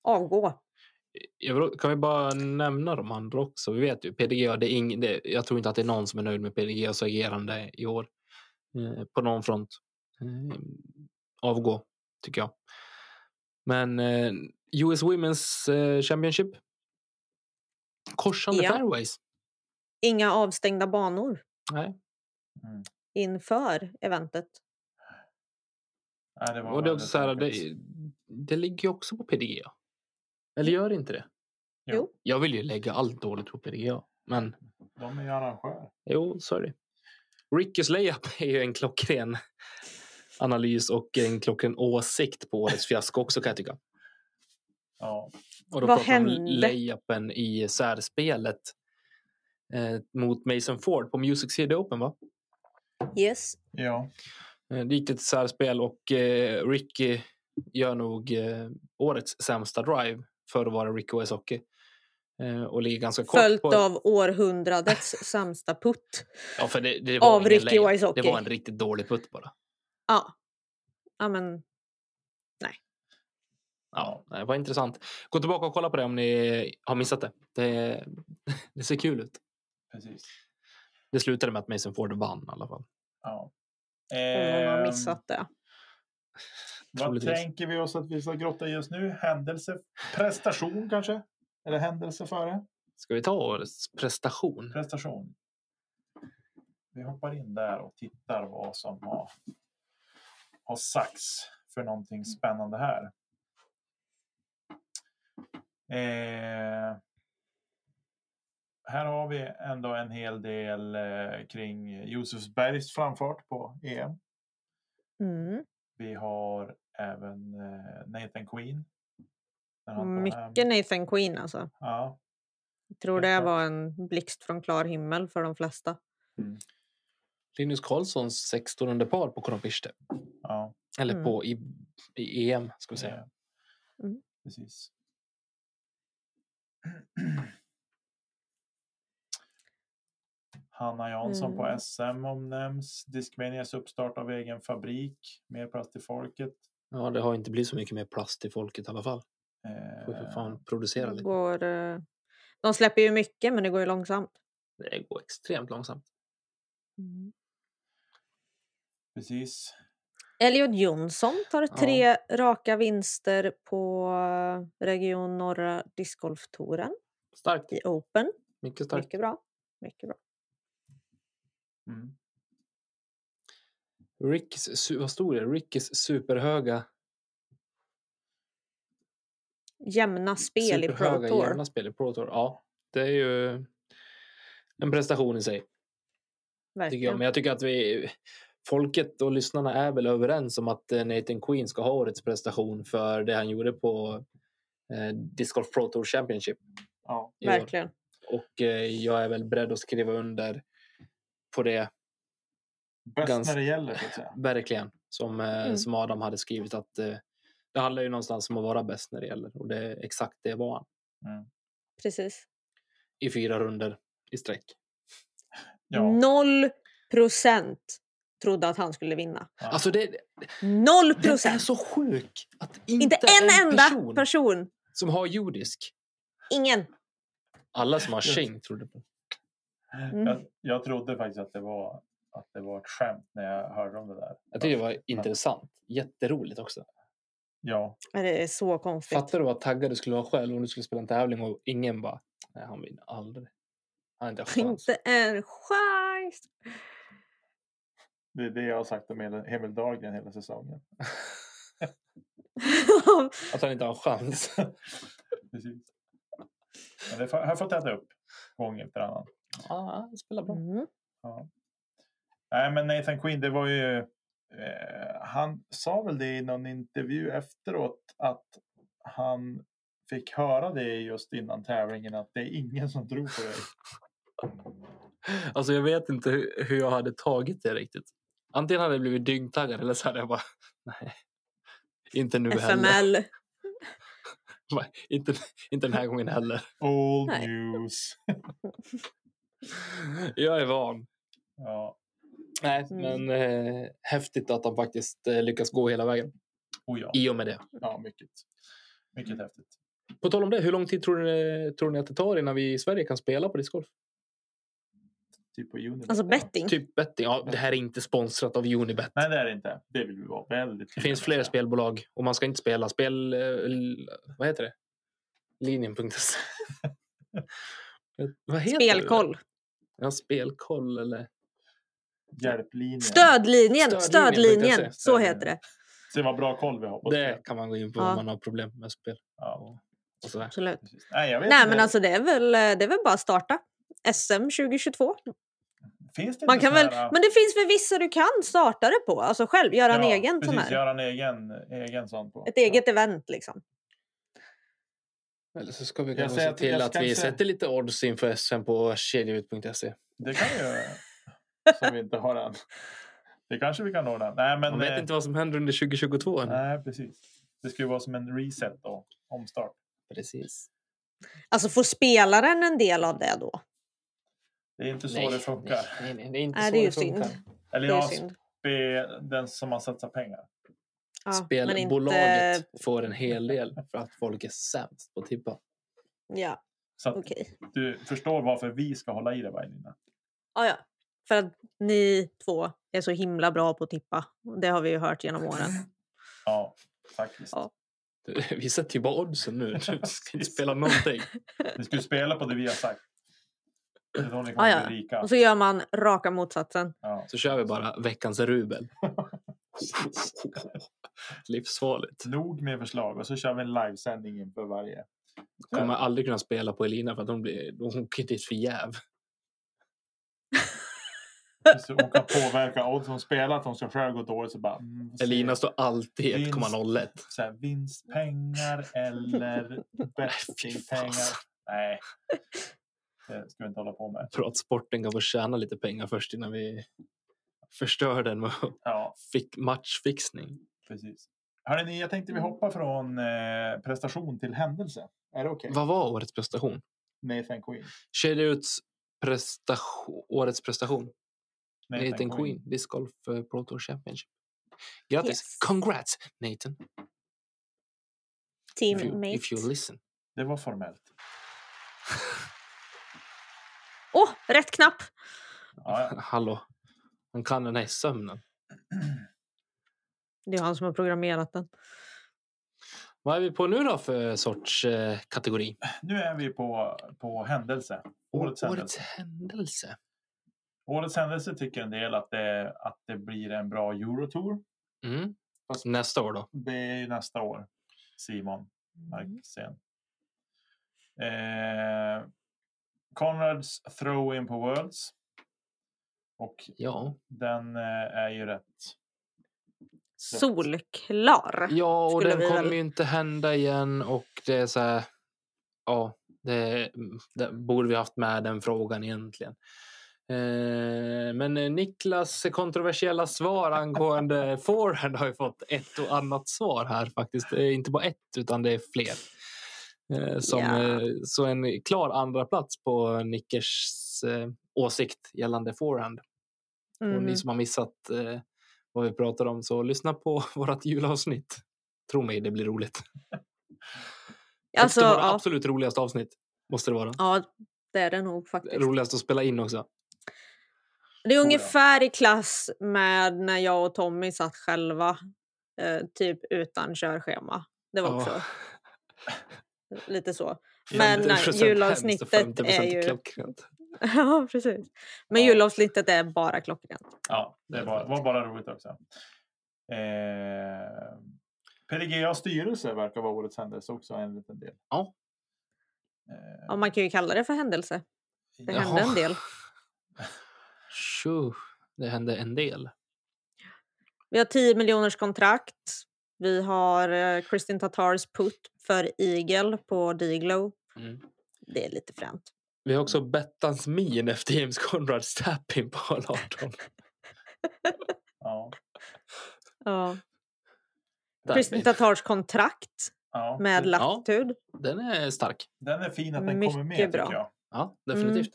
avgå. Jag vill, kan vi bara nämna de andra också? Vi vet ju PDGA, det är ing, det, jag tror inte att det är någon som är nöjd med PDGAs agerande i år. Eh, på någon front. Eh, avgå, tycker jag. Men eh, US Women's eh, Championship. Korsande Ja. fairways. Inga avstängda banor Nej. Mm. inför eventet. Nej, det var Och det, är också väldigt så här, tråkigt. det, det ligger ju också på PDGA. Eller gör det inte det? Jo. Jag vill ju lägga allt dåligt på PDGA. Men De är ju arrangörer. Jo, sorry. Rickys layup <laughs> är ju en klockren analys och en klockren åsikt på årets fiasko också kan jag tycka. Ja. Och då Vad pratar vi om hände? layupen i särspelet eh, mot Mason Ford på Music City Open va? Yes. ja. Eh, Det gick till ett särspel och eh, Ricky gör nog eh, årets sämsta drive för att vara Ricky Wesocki. Eh, och ligger ganska kort Följt på... av århundradets sämsta putt. ja, för det, det var av ingen Ricky layup. Wysocki. Det var en riktigt dålig putt bara. Ja. Ja, men Ja, det var intressant. Gå tillbaka och kolla på det om ni har missat det. Det, <laughs> det ser kul ut. Precis. Det slutade med att Mason Ford vann i alla fall. Ja. Om någon har Ehm, missat det. Vad troligtvis. tänker vi oss att vi ska grotta i just nu? Händelse, prestation kanske? Eller händelse före? Ska vi ta årets prestation? Prestation. Vi hoppar in där och tittar vad som har, har sagts för någonting spännande här. Eh, här har vi ändå en hel del eh, kring Josefsbergs framfart på EM. Mm. Vi har även eh, Nathan Queen. När kom hem. Mycket Nathan Queen alltså. Ja. Jag tror Helt det klart. var en blixt från klar himmel för de flesta. Linus Karlssons 16 par på Kronpiste. ja Eller Mm. på i, i EM, ska vi säga. eh, Mm. Precis. Hanna Jansson på Mm. SM omnämns. Discmanias uppstart av egen fabrik. Mer plats till folket. Ja, det har inte blivit så mycket mer plast i folket i alla fall. Får ju för Eh, fan producera lite. Går, eh, de släpper ju mycket men det går ju långsamt. Det går extremt långsamt. Mm. precis. Elliot Jonsson tar Ja. tre raka vinster på eh, Region Norra discgolftouren Starkt. i Open. Mycket starkt. Mycket bra. Mycket bra. Mm. Rickys, su- vad stod det? Rickys superhöga, Jämna spel i Pro superhöga Tour. jämna spel i Pro Tour. Ja, det är ju en prestation i sig. Tycker jag. Verkligen. Men jag tycker att vi, folket och lyssnarna är väl överens om att eh, Nathan Queen ska ha årets prestation för det han gjorde på eh, Disc Golf Pro Tour Championship. Ja. i år. Verkligen. Och eh, jag är väl beredd att skriva under på det, Bäst Gans- när det gäller. Så att <laughs> säga. verkligen. Som, eh, Mm. som Adam hade skrivit att eh, det handlar ju någonstans om att vara bäst när det gäller. Och det exakt det var han. Precis. I fyra runder i sträck. Ja. Noll procent trodde att han skulle vinna. Ja. Alltså det, Noll den är procent! så sjuk att inte, Inte en, enda person. person, som har judisk. Ingen. Alla som har Just. Sheng trodde på. Mm. Jag, jag trodde faktiskt att det, var, att det var ett skämt när jag hörde om det där. Jag tycker det var intressant. Jätteroligt också. Ja. Ja, Det är så konstigt. Fattar du vad taggad du skulle vara själv om du skulle spela en tävling och ingen bara, nej han vinner aldrig. Han har inte alltså? en chans. Inte en chans. Det är det jag har sagt om Emil- Emil Dahlgren hela säsongen. <laughs> Att han inte har en chans. <laughs> Precis. Men det har jag fått äta upp gång efter annan. ja, han spelar bra. Mm. Nej, men Nathan Quinn, det var ju... Eh, han sa väl det i någon intervju efteråt att han fick höra det just innan tävlingen att det är ingen som tror på dig. Alltså jag vet inte hur, hur jag hade tagit det riktigt. Antingen hade jag blivit dyngtaggad eller så hade jag bara, <laughs> nej. Inte nu heller. <laughs> FML. Inte, inte den här gången heller. Old Nej. news. Jag är van. Ja, Nej, Mm. men eh, häftigt att han faktiskt eh, lyckas gå hela vägen. oh ja. I och Mm. med det. ja mycket. Mycket häftigt. På tal om det, hur lång tid tror ni, tror ni att det tar innan vi i Sverige kan spela på discgolf? Typ på Unibet. Alltså betting. Typ betting. Ja, det här är inte sponsrat av Unibet. Nej, det är det inte. Det vill vi vara väldigt Det tydliga finns med. fler spelbolag och man ska inte spela spel... eh, l- Vad heter det? Linjen.se. <laughs> vad heter Spelkoll. Det? Ja, spelkoll eller... Hjälplinjen. Stödlinjen. Stödlinjen, tänkte Stödlinjen. jag Så säga. heter det. Se vad bra koll vi har på Det spel. kan man gå in på Ja. om man har problem med spel. Ja, Och sådär. Absolut. precis. Nej, jag vet Nej inte. men alltså det är väl, det är väl bara att starta. SM 2022. Finns det <laughs> Man inte kan sån väl, här- men det finns väl vissa du kan starta det på. Alltså själv, göra en Ja, egen sån precis, här. göra en egen, egen sån på. Ett eget event liksom. Eller så ska vi Jag kanske säger se att- till jag att ska vi inte- sätter lite odds inför SM på kedjeut.se. Det kan vi göra. <laughs> Som vi inte har än. Det kanske vi kan ordna. Nej, men... Man vet eh, inte vad som händer under 2022 än. Nej, precis. Det skulle vara som en reset då. Omstart. Precis. Alltså får spelaren en del av det då? Det är inte så det funkar. nej, nej, nej, det är inte Nej, så det är det, ju synd. funkar. Det Eller är ja, synd. spe, den som man satsar pengar. Ja, Spelbolaget får en hel del för att folk är sämst på att tippa. Ja, Så att okej. du förstår varför vi ska hålla i det, va, Elina? Ja, ja. För att ni två är så himla bra på att tippa. Det har vi ju hört genom <laughs> åren. Ja, faktiskt. Ja. Du, <laughs> Vi sätter ju bara oddsen nu. Du ska inte spela någonting. Ni ska ju spela på det vi har sagt. Det är då ni kommer Ja, ja. bli rika. Och så gör man raka motsatsen. Ja. Så kör vi bara veckans rubel. <laughs> Livsfarligt. Nog med förslag och så kör vi en livesändning inför varje. Jag kommer aldrig kunna spela på Elina för att hon, blir, hon åker dit för jäv. Så hon kan påverka odds. Hon spelar att hon ska själv gå dåligt så bara... Mm, så- Elina står alltid Vinst. 1,01. så här, vinstpengar <laughs> eller bettingpengar. Nej, det ska vi inte hålla på med. För att sporten kan få tjäna lite pengar först innan vi förstör den med Ja, fick matchfixning. precis. Hörrni, jag tänkte vi hoppar från eh, prestation till händelse. Är det okej? Vad var årets prestation? Nathan Queen. Cheliuts prestation, årets prestation. Nathan, Queen, Disc Golf eh, Pro Tour Championship. Grattis! Yes. Congrats Nathan! If you, Teammate. if you listen. <laughs> Det var formellt. Åh, rätt knapp! Ja, ja. Hallå! Han kan den här i sömnen. Det är han som har programmerat den. Vad är vi på nu då för sorts eh, kategori? Nu är vi på, på händelse. Årets årets händelse. händelse. Årets händelse tycker en del att det, att det blir en bra Eurotour. Mm. Nästa år då? Det är ju nästa år. Simon Mm. Marksen. Eh, Conrads throw-in på Worlds. Och Ja. den eh, är ju rätt. Solklar. Ja, och Skulle den vi kommer väl- ju inte hända igen och det är så här. Ja, det, det borde vi haft med den frågan egentligen. Eh, Men eh, Niklas kontroversiella svar angående <laughs> forehand har ju fått ett och annat svar här faktiskt. Det är inte bara ett utan det är fler. Eh, Som, Ja. eh, Så en klar andra plats på Nickers eh, åsikt gällande forehand. Och Mm. ni som har missat eh, vad vi pratar om, så lyssna på <laughs> vårt julavsnitt. Tro mig, det blir roligt. Alltså, Ett av våra ja. absolut roligaste avsnitt måste det vara. ja, det är det nog faktiskt. Roligast att spela in också. Det är ja. ungefär i klass med när jag och Tommy satt själva, eh, typ utan körschema. Det var Ja. också lite så. <laughs> Ja, Men 50% nej, hemskt och julavsnittet 50% är ju- klockrent. ja, precis. Men Ja. julavsnittet är bara klockrent. Ja, det var, var bara roligt också. Eh, PDGA styrelse verkar vara årets händelse också enligt en del. Ja. Eh, Ja, man kan ju kalla det för händelse. Det Jaha. hände en del. Tjo, det hände en del. Vi har 10 miljoners kontrakt. Vi har eh, Kristin Tatars putt för Eagle på Diglo. Mm. Det är lite fränt. Vi har Mm. också Bettans min efter James Conrads tapping på <laughs> all 18. ja, Ja. Där, Kristin babe. Tatars kontrakt Mm, ja. med det- Latitude. Den är stark. Den är fin att den Mycket kommer med bra. tycker jag. Ja, Mm. definitivt.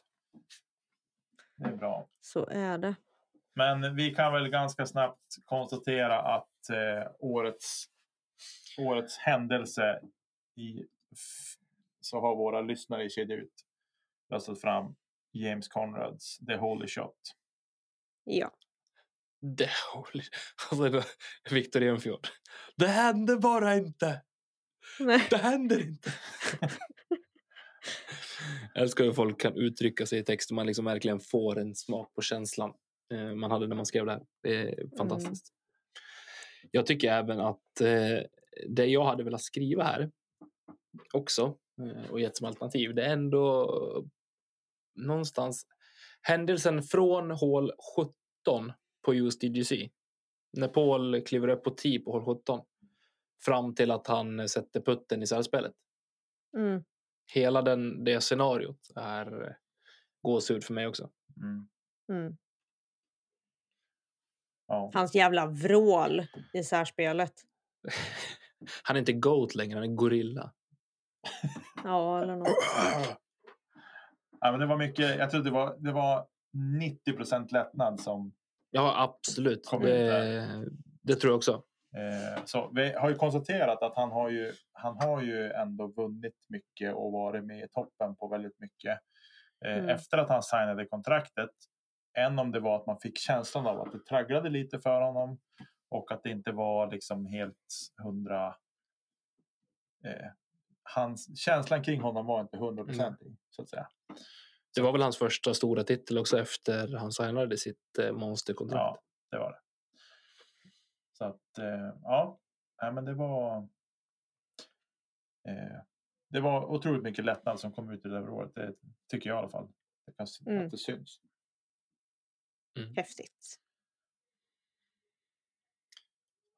Det är bra. Så är det. Men vi kan väl ganska snabbt konstatera att eh, årets, årets händelse i, så har våra lyssnare i Kedja Ut röstat fram James Conrads The Holy Shot. Ja. Det håller... Alltså, <laughs> Viktor Enfjord. Det hände bara inte. Nej. Det händer inte. <laughs> Jag älskar hur folk kan uttrycka sig i text och man liksom verkligen får en smak på känslan eh, man hade när man skrev det här. Det är fantastiskt. Jag tycker även att eh, det jag hade velat skriva här också eh, och gett som alternativ, det är ändå eh, någonstans händelsen från hål 17 på USDGC. När Paul kliver upp på 10 på hål 17 fram till att han eh, sätter putten i särspelet. <laughs> Mm. Hela den, det scenariot är eh, gåshud för mig också. <laughs> Mm. Mm. Ja. Hans jävla vrål i särspelet. Han är inte goat längre, han är gorilla. Ja, eller något. ja, men det var mycket. Jag tror det var, det var 90 lättnad som Ja, absolut. Kommer Det, det tror jag också. Eh, så vi har ju konstaterat att han har ju, han har ju ändå vunnit mycket och varit med i toppen på väldigt mycket. Eh, Mm. Efter att han signade kontraktet, än om det var att man fick känslan av att det tragglade lite för honom och att det inte var liksom helt hundra. Eh, hans, känslan kring honom var inte hundraprocentig så att säga. Det var väl hans första stora titel också efter han signade sitt eh, monsterkontrakt. Ja, det var det. Så att eh, ja, nej, men det var. Eh, det var otroligt mycket lättnad som kom ut i det här året. Det tycker jag i alla fall. Det kan, Mm. att det syns. Häftigt.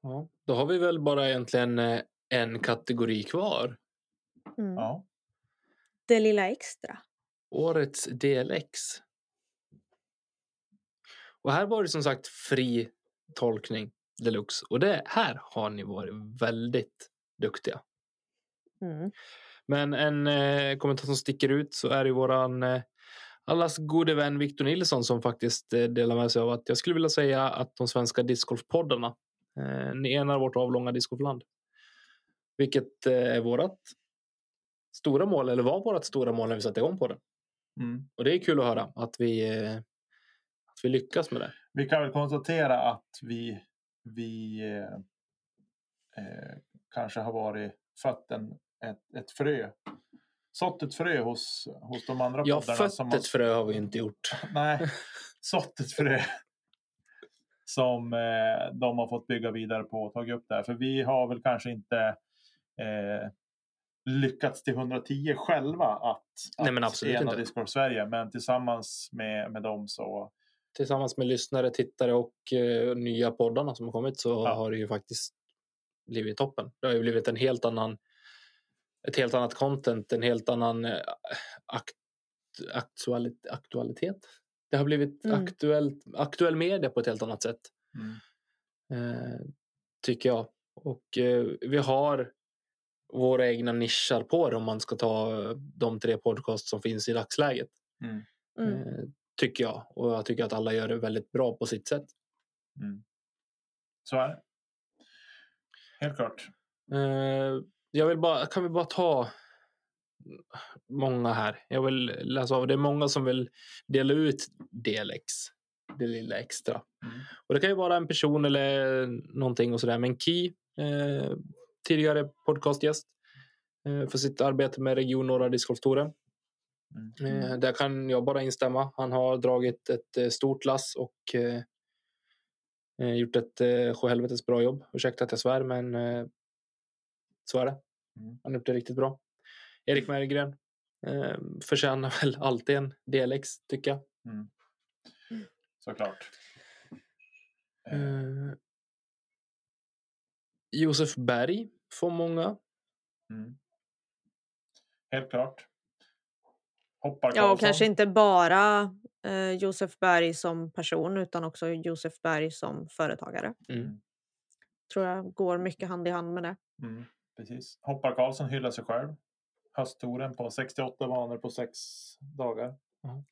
Ja, då har vi väl bara egentligen eh, en kategori kvar. Mm. Ja, Det lilla extra. Årets DLX. Och här var det som sagt fri tolkning deluxe. Och det här har ni varit väldigt duktiga. Mm. Men en eh, kommentar som sticker ut så är det våran eh, allas gode vän Victor Nilsson som faktiskt eh, delar med sig av att jag skulle vilja säga att de svenska discgolfpoddarna eh, ni enar vårt avlånga discgolfland. Vilket eh, är vårat stora mål, eller var vårat stora mål när vi satte igång på den. mm. Och det är kul att höra att vi, eh, att vi lyckas med det. vi kan väl konstatera att vi vi eh, eh, kanske har varit fött en, ett, ett frö. Sått ett frö hos, hos de andra Ja, poddarna. fött som har- ett frö har vi inte gjort. Nej, sått ett frö. Som eh, de har fått bygga vidare på och tagit upp där. För vi har väl kanske inte eh, lyckats till 110 själva att, Nej, men att absolut ena inte. Discord Sverige. Men tillsammans med, med dem så Tillsammans med lyssnare, tittare och eh, nya poddarna som har kommit så Ja. har det ju faktiskt blivit toppen. Det har ju blivit en helt annan, ett helt annat content, en helt annan eh, akt, aktualit, aktualitet. Det har blivit Mm. aktuellt, aktuell media på ett helt annat sätt. eh, tycker jag. Och eh, vi har våra egna nischar på det om man ska ta eh, de tre podcast som finns i dagsläget. Mm. Eh, tycker jag. Och jag tycker att alla gör det väldigt bra på sitt sätt. så är det. Helt klart. Eh, jag vill bara, kan vi bara ta många här. Jag vill läsa av. Det är många som vill dela ut DLX. Det lilla extra. Mm. Och det kan ju vara en person eller någonting och sådär. Men Ki, eh, tidigare podcastgäst eh, för sitt arbete med Region Norra Discgolftouren. Mm. Eh, där kan jag bara instämma. Han har dragit ett eh, stort lass och eh, eh, gjort ett eh, sjuhelvetes bra jobb. Ursäkta att jag svär, men eh, så är det. Mm. Han har gjort det riktigt bra. Erik Mergren eh, förtjänar väl alltid en DLX, tycker jag. Såklart. Eh, Eh, Josef Berg får många. mm. Helt klart. Hoppar Ja, och Karlsson. kanske inte bara eh, Josef Berg som person utan också Josef Berg som företagare. Mm. Tror jag går mycket hand i hand med det. Mm, precis. Hoppar Karlsson hyllar sig själv. Hösttouren på 68 banor på sex dagar.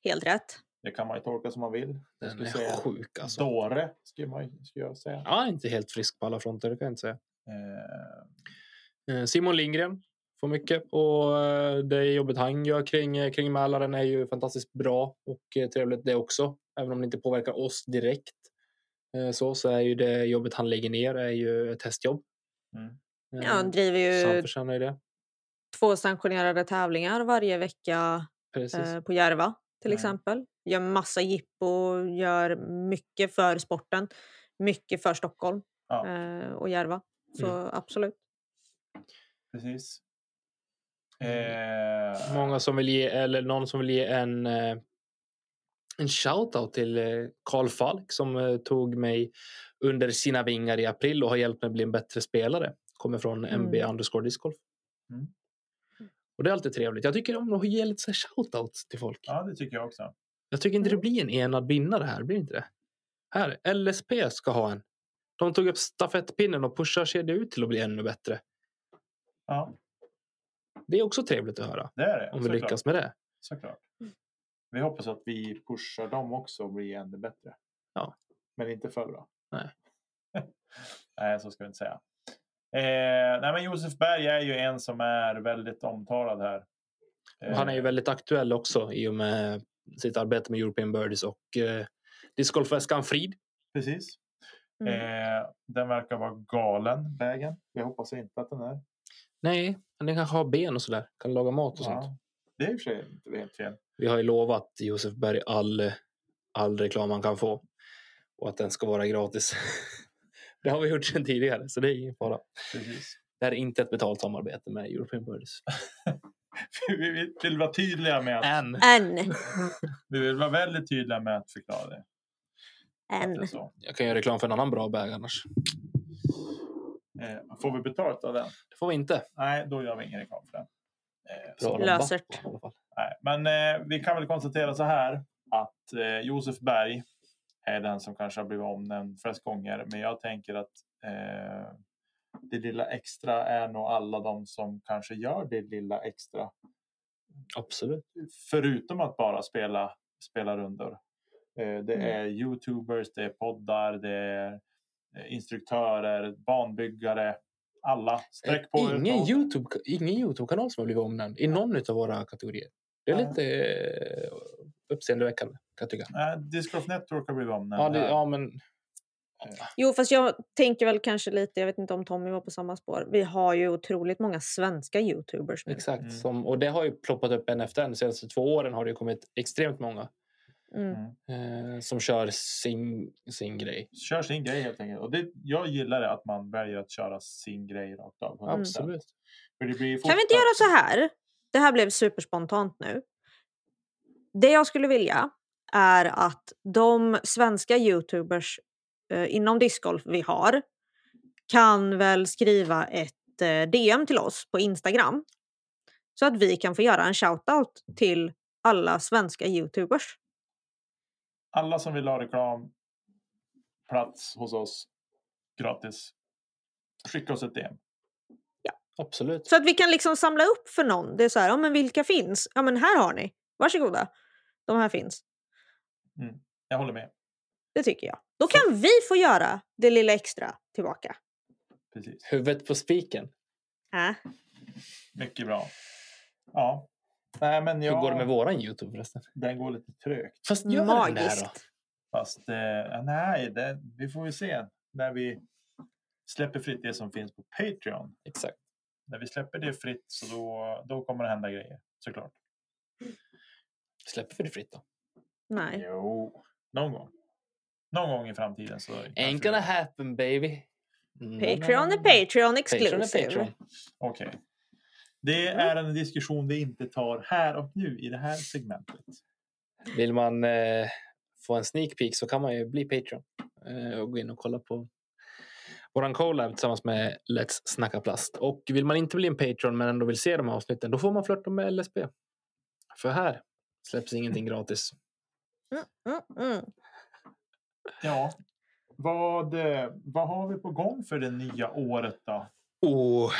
Helt rätt. Det kan man ju tolka som man vill. Jag Den skulle är säga sjuk alltså. dåre, skulle, man, ju- skulle jag säga. Ja, inte helt frisk på alla fronter, det kan jag inte säga. Eh, Eh, Simon Lindgren får mycket och eh, det jobbet han gör kring, eh, kring Mälaren är ju fantastiskt bra och eh, trevligt det också. Även om det inte påverkar oss direkt eh, så, så är ju det jobbet han lägger ner är ju ett hästjobb. Eh, Mm. Ja, han driver så han ju förtjänar ju det. två sanktionerade tävlingar varje vecka Precis. eh, på Järva till Mm. exempel. Gör massa jippo, gör mycket för sporten, mycket för Stockholm ja, eh, och Järva. Så absolut. precis. Mm. Eh, Många som vill ge, eller någon som vill ge en, eh, en shout-out till eh, Carl Falk som eh, tog mig under sina vingar i april och har hjälpt mig bli en bättre spelare. Kommer från MB Mm. underscore discgolf. Mm. Och det är alltid trevligt. Jag tycker om att ge lite så här shout-outs till folk. ja, det tycker jag också. Jag tycker inte Mm. det blir en enad vinnare här. Blir det inte det? Här, LSP ska ha en. De tog upp stafettpinnen och pushar kedja ut till att bli ännu bättre. Ja, Det är också trevligt att höra. det är det. Om vi såklart. lyckas med det. såklart. Vi hoppas att vi pushar dem också och blir ännu bättre. Ja. Men inte för bra. <laughs> Nej, så ska vi inte säga. Eh, nej, men Josef Berg är ju en som är väldigt omtalad här. Eh, Han är ju väldigt aktuell också i och med sitt arbete med European Birdies och eh, discgolfväskan Frid. Precis. Mm. Eh, den verkar vara galen, vägen. Jag hoppas inte att den är. Nej, men den kanske har ben och sådär. Kan laga mat och sånt. Ja. Det är i och för sig inte helt fel. Vi har ju lovat Josef Berg all, all reklam han kan få. Och att den ska vara gratis. <laughs> det har vi gjort sedan tidigare, så det är ingen fara. Precis. Det här är inte ett betalt samarbete med European Birdies. <laughs> vi vi vill vara tydliga med att, Än. En. vi vill vara väldigt tydliga med att förklara det. Att det är En. så. Jag kan göra reklam för en annan bra bag annars. Eh, får vi betalt av den? Det får vi inte. Nej, då gör vi ingen reklam för den. Eh, Bra så. rabatt Lösert. på i alla fall. Nej, men eh, vi kan väl konstatera så här att eh, Josef Berg är den som kanske har blivit omnämnd flest gånger. Men jag tänker att eh, det lilla extra är nog alla de som kanske gör det lilla extra. Absolut. Förutom att bara spela, spela rundor. Eh, Mm. det är Youtubers, det är poddar, det är eh, instruktörer, banbyggare. Alla. Sträck på er. Eh, ingen, Ta- YouTube, ingen YouTube-kanal som har blivit omnämnd i någon av våra kategorier. Det är Nej. lite eh, uppseendeväckande kan jag tycka. Nej, Mm, Disc Golf Network har blivit omnämnd. Ja, det, här. ja, men Jo, fast jag tänker väl kanske lite, jag vet inte om Tommy var på samma spår. Vi har ju otroligt många svenska youtubers nu. Exakt. Mm. Som, och det har ju ploppat upp en efter en. De senaste två åren har det ju kommit extremt många Mm. eh, som kör sin, sin grej. kör sin grej helt enkelt. Och det, jag gillar det att man väljer att köra sin grej rakt av. 100%. Absolut. För det blir Kan vi inte göra så här? Det här blev superspontant nu. Det jag skulle vilja är att de svenska youtubers eh, inom discgolf vi har kan väl skriva ett eh, DM till oss på Instagram så att vi kan få göra en shoutout till alla svenska youtubers. Alla som vill ha reklam, plats hos oss, gratis. Skicka oss ett DM. Absolut. Så att vi kan liksom samla upp för någon. Det är så här, ja men vilka finns? Ja men här har ni. Varsågoda. De här finns. Mm. Jag håller med. Det tycker jag. Då kan vi få göra det lilla extra tillbaka. Precis. Huvudet på spiken. Äh. Mycket bra. Ja. Nej, men jag, Hur går det med våran Youtube förresten? Den går lite trögt. Fast gör den det här då? Magiskt. Fast eh, nej, det, vi får ju se när vi släpper fritt det som finns på Patreon. Exakt. När vi släpper det fritt så då, då kommer det hända grejer såklart. Släpper vi det fritt då? Nej. Jo, någon gång. Någon gång i framtiden. Så kanske Ain't vi- gonna happen baby. Mm. Patreon är Patreon Patreon är exclusive. Patreon. Okej. Det är en diskussion vi inte tar här och nu i det här segmentet. Vill man eh, få en sneak peek så kan man ju bli Patreon. Eh, och gå in och kolla på våran collab tillsammans med Let's Snacka Plast. Och vill man inte bli en Patreon men ändå vill se de här avsnitten då får man flörta med LSP. För här släpps ingenting gratis. Mm, mm. Ja. Vad, eh, vad har vi på gång för det nya året då? Åh,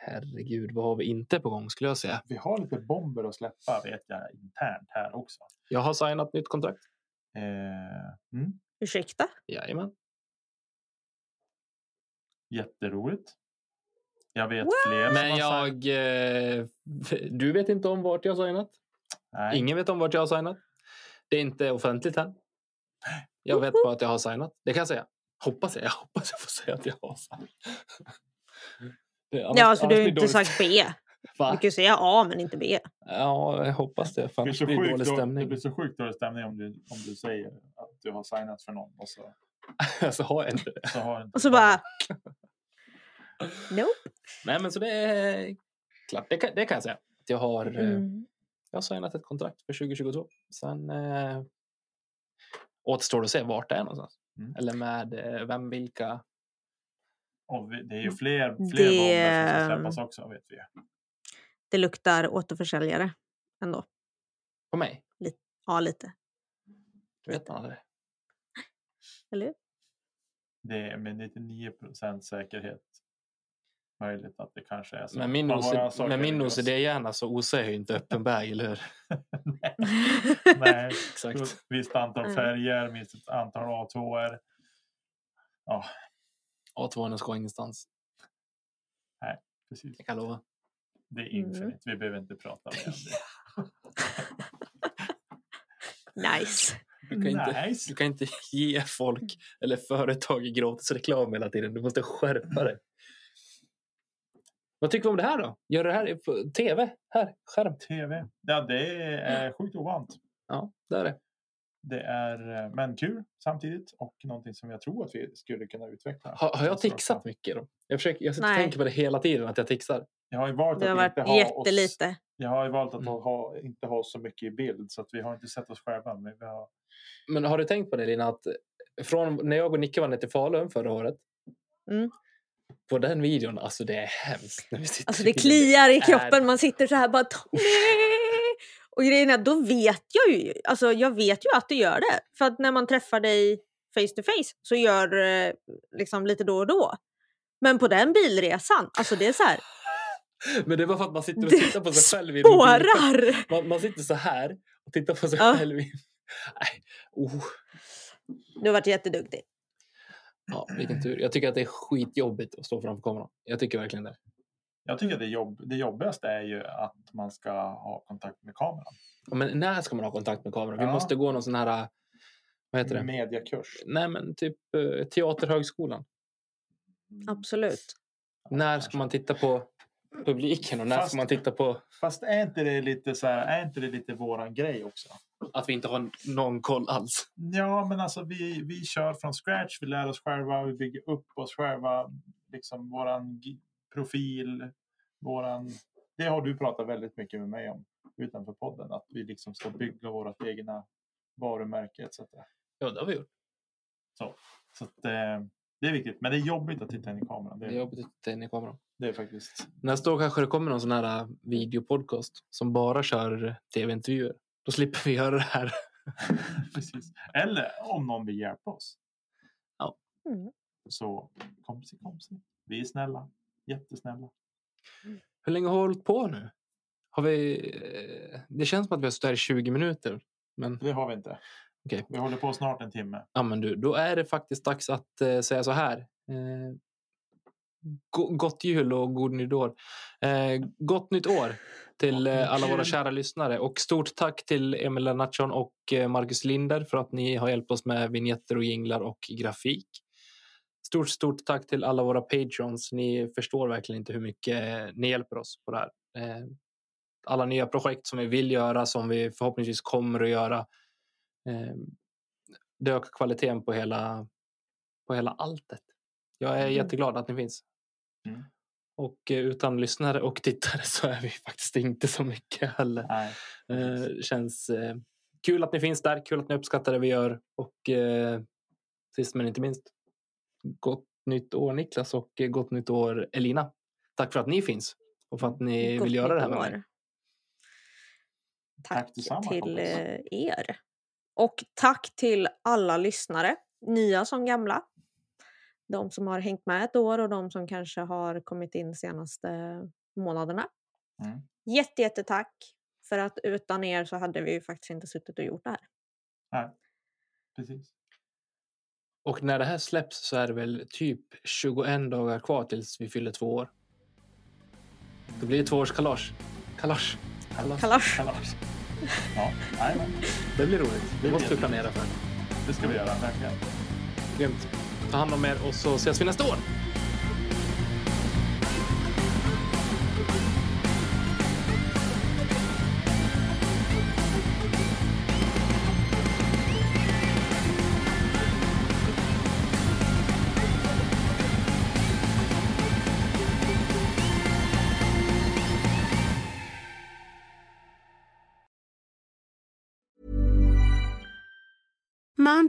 herregud, vad har vi inte på gång skulle jag säga. Vi har lite bomber att släppa vet jag internt här också. Jag har signat nytt kontrakt. Eh, mm, Ursäkta? Jajamän. jätteroligt. Jag vet Wow! fler som Men har jag... sagt- Eh, <laughs> du vet inte om vart jag har signat. Nej. Ingen vet om vart jag har signat. Det är inte offentligt än. Jag vet bara att jag har signat. Det kan jag säga. Hoppas jag. Jag hoppas jag får säga att jag har signat. Det- annars- Ja, för annars alltså, du har blir inte dåligt. sagt B. Du Va? kan ju säga A men inte B. Ja, jag hoppas det. För Det blir, annars så blir det dålig sjukt då, det stämning. blir så sjukt dålig stämning om du, om du säger att du har signat för någon och så, så har <laughs> jag inte det. så har inte Och <laughs> så bara... Nope. Nej, men så det är klart. Det kan, det kan jag säga. Att Jag har, eh, Mm. jag har signat ett kontrakt för 2022. Sen eh, återstår det att se vart det är någonstans. Mm. Eller med eh, vem, vilka. Och vi, det är ju fler, fler Det- bomber som ska släppas också vet vi. Det luktar återförsäljare ändå. På mig. Ja, lite. Du vet man aldrig. Eller hur? Det är med 99 säkerhet möjligt att det kanske är så. Med min, Man bara OC, saker med min ligger oss- <laughs> OCD-hjärna så osar jag ju inte öppen berg, eller hur? <laughs> Nej, Exakt. visst antal Mm. färger, minst ett antal A2. Ja, A200 ska ingenstans. Precis. Jag kan lova. Det är Mm. infinite, vi behöver inte prata mer om det. <laughs> Nice. Du kan, inte, Nice. du kan inte ge folk eller företag gratis reklam hela tiden. Du måste skärpa dig. Vad tycker vi om det här då? Gör det här i- på tv? Här, skärm. TV. Ja, det är eh, sjukt ovant. Ja, där är det. Det är eh, men kul samtidigt och någonting som jag tror att vi skulle kunna utveckla. Alltså, Har, har jag Nästa tixat vecka. mycket då? Jag, försöker, jag sitter och Nej. tänker på det hela tiden att jag tixar. Jag har ju valt Det har att inte varit ha oss, jättelite. Jag har ju valt att Mm. ha, inte ha så mycket i bild så att vi har inte sett oss själva. Men vi har, Men har du tänkt på det Lina? Att från när jag och Nicke var nere till Falun förra året. Mm. På den videon, alltså det är hemskt. När vi sitter Alltså i bilen. det kliar i är- kroppen, man sitter så här bara nej! Och grejen är, då vet jag ju, alltså jag vet ju att du gör det. För att när man träffar dig face to face så gör du det liksom lite då och då. Men på den bilresan, alltså det är så här, Men det var för att man sitter och Det tittar på sig själv i en bil. spårar! Man, man sitter så här och tittar på sig Ja. själv. i- Nej. Oh. Du har varit jätteduktig. Ja, vilken tur. Jag tycker att det är skitjobbigt att stå framför kameran. Jag tycker verkligen det. jag tycker att det, jobb, det jobbigaste är ju att man ska ha kontakt med kameran. Ja, Men när ska man ha kontakt med kameran? Vi Ja. måste gå någon sån här... eh, Vad heter det? Mediakurs. Nej, men typ eh, Teaterhögskolan. Absolut. När ska man titta på publiken och när Fast- ska man titta på Fast är inte det lite så här, är inte det lite våran grej också? att vi inte har någon koll alls? Ja, men alltså vi, vi kör från scratch, vi lär oss själva, vi bygger upp oss själva, liksom våran g- profil, våran... Det har du pratat väldigt mycket med mig om utanför podden, att vi liksom ska bygga vårt egna varumärke etc. Ja, det har vi gjort. Så att, eh, det är viktigt, men det är jobbigt att titta in i kameran. Det Det, är jobbigt att titta in i kameran. det är faktiskt... <laughs> Nästa år kanske det kommer någon sån här äh, videopodcast som bara kör tv-intervjuer. Då slipper vi göra det här. <laughs> Precis. Eller om någon vill hjälpa oss. Ja. Mm. Så kompisar, kompisar. Vi är snälla. Jättesnälla. Hur länge har vi hållit på nu? Har vi... eh, Det känns som att vi har suttit här i 20 minuter. Men Det har vi inte. Okej. Vi håller på snart en timme. ja, men du, då är det faktiskt dags att eh, säga så här. Eh, go- gott jul och god nytt år. Eh, gott nytt år till eh, alla våra kära lyssnare. Och stort tack till Emil Lennartsson och eh, Marcus Linder för att ni har hjälpt oss med vignetter och jinglar och grafik. Stort, stort tack till alla våra patrons. Ni förstår verkligen inte hur mycket eh, ni hjälper oss på det här. Eh, alla nya projekt som vi vill göra, som vi förhoppningsvis kommer att göra. Eh, det ökar kvaliteten på hela, på hela alltet. Jag är Mm. jätteglad att ni finns. Mm. Och eh, utan lyssnare och tittare <laughs> så är vi faktiskt inte så mycket heller. Nej. Eh, känns eh, kul att ni finns där, kul att ni uppskattar det vi gör. Och eh, sist men inte minst, gott nytt år Niklas och eh, gott nytt år Elina. Tack för att ni finns och för att ni Mm, Gott vill göra det här nytt med år. mig. Tack, detsamma, till kompis. eh, er. Och tack till alla lyssnare, nya som gamla. De som har hängt med ett år och de som kanske har kommit in senaste månaderna. Mm. Jätte, jättetack! För att utan er så hade vi ju faktiskt inte suttit och gjort det här. Precis. Och när det här släpps så är det väl typ 21 dagar kvar tills vi fyller två år. Då blir det tvåårskalas. Kalas. Kalas. Kalas! Kalas. Ja, nej, men Det blir roligt. Det Det måste vi blir planera för. det ska vi göra. Verkligen. Grymt. Ta hand om er och så ses vi nästa år. Mom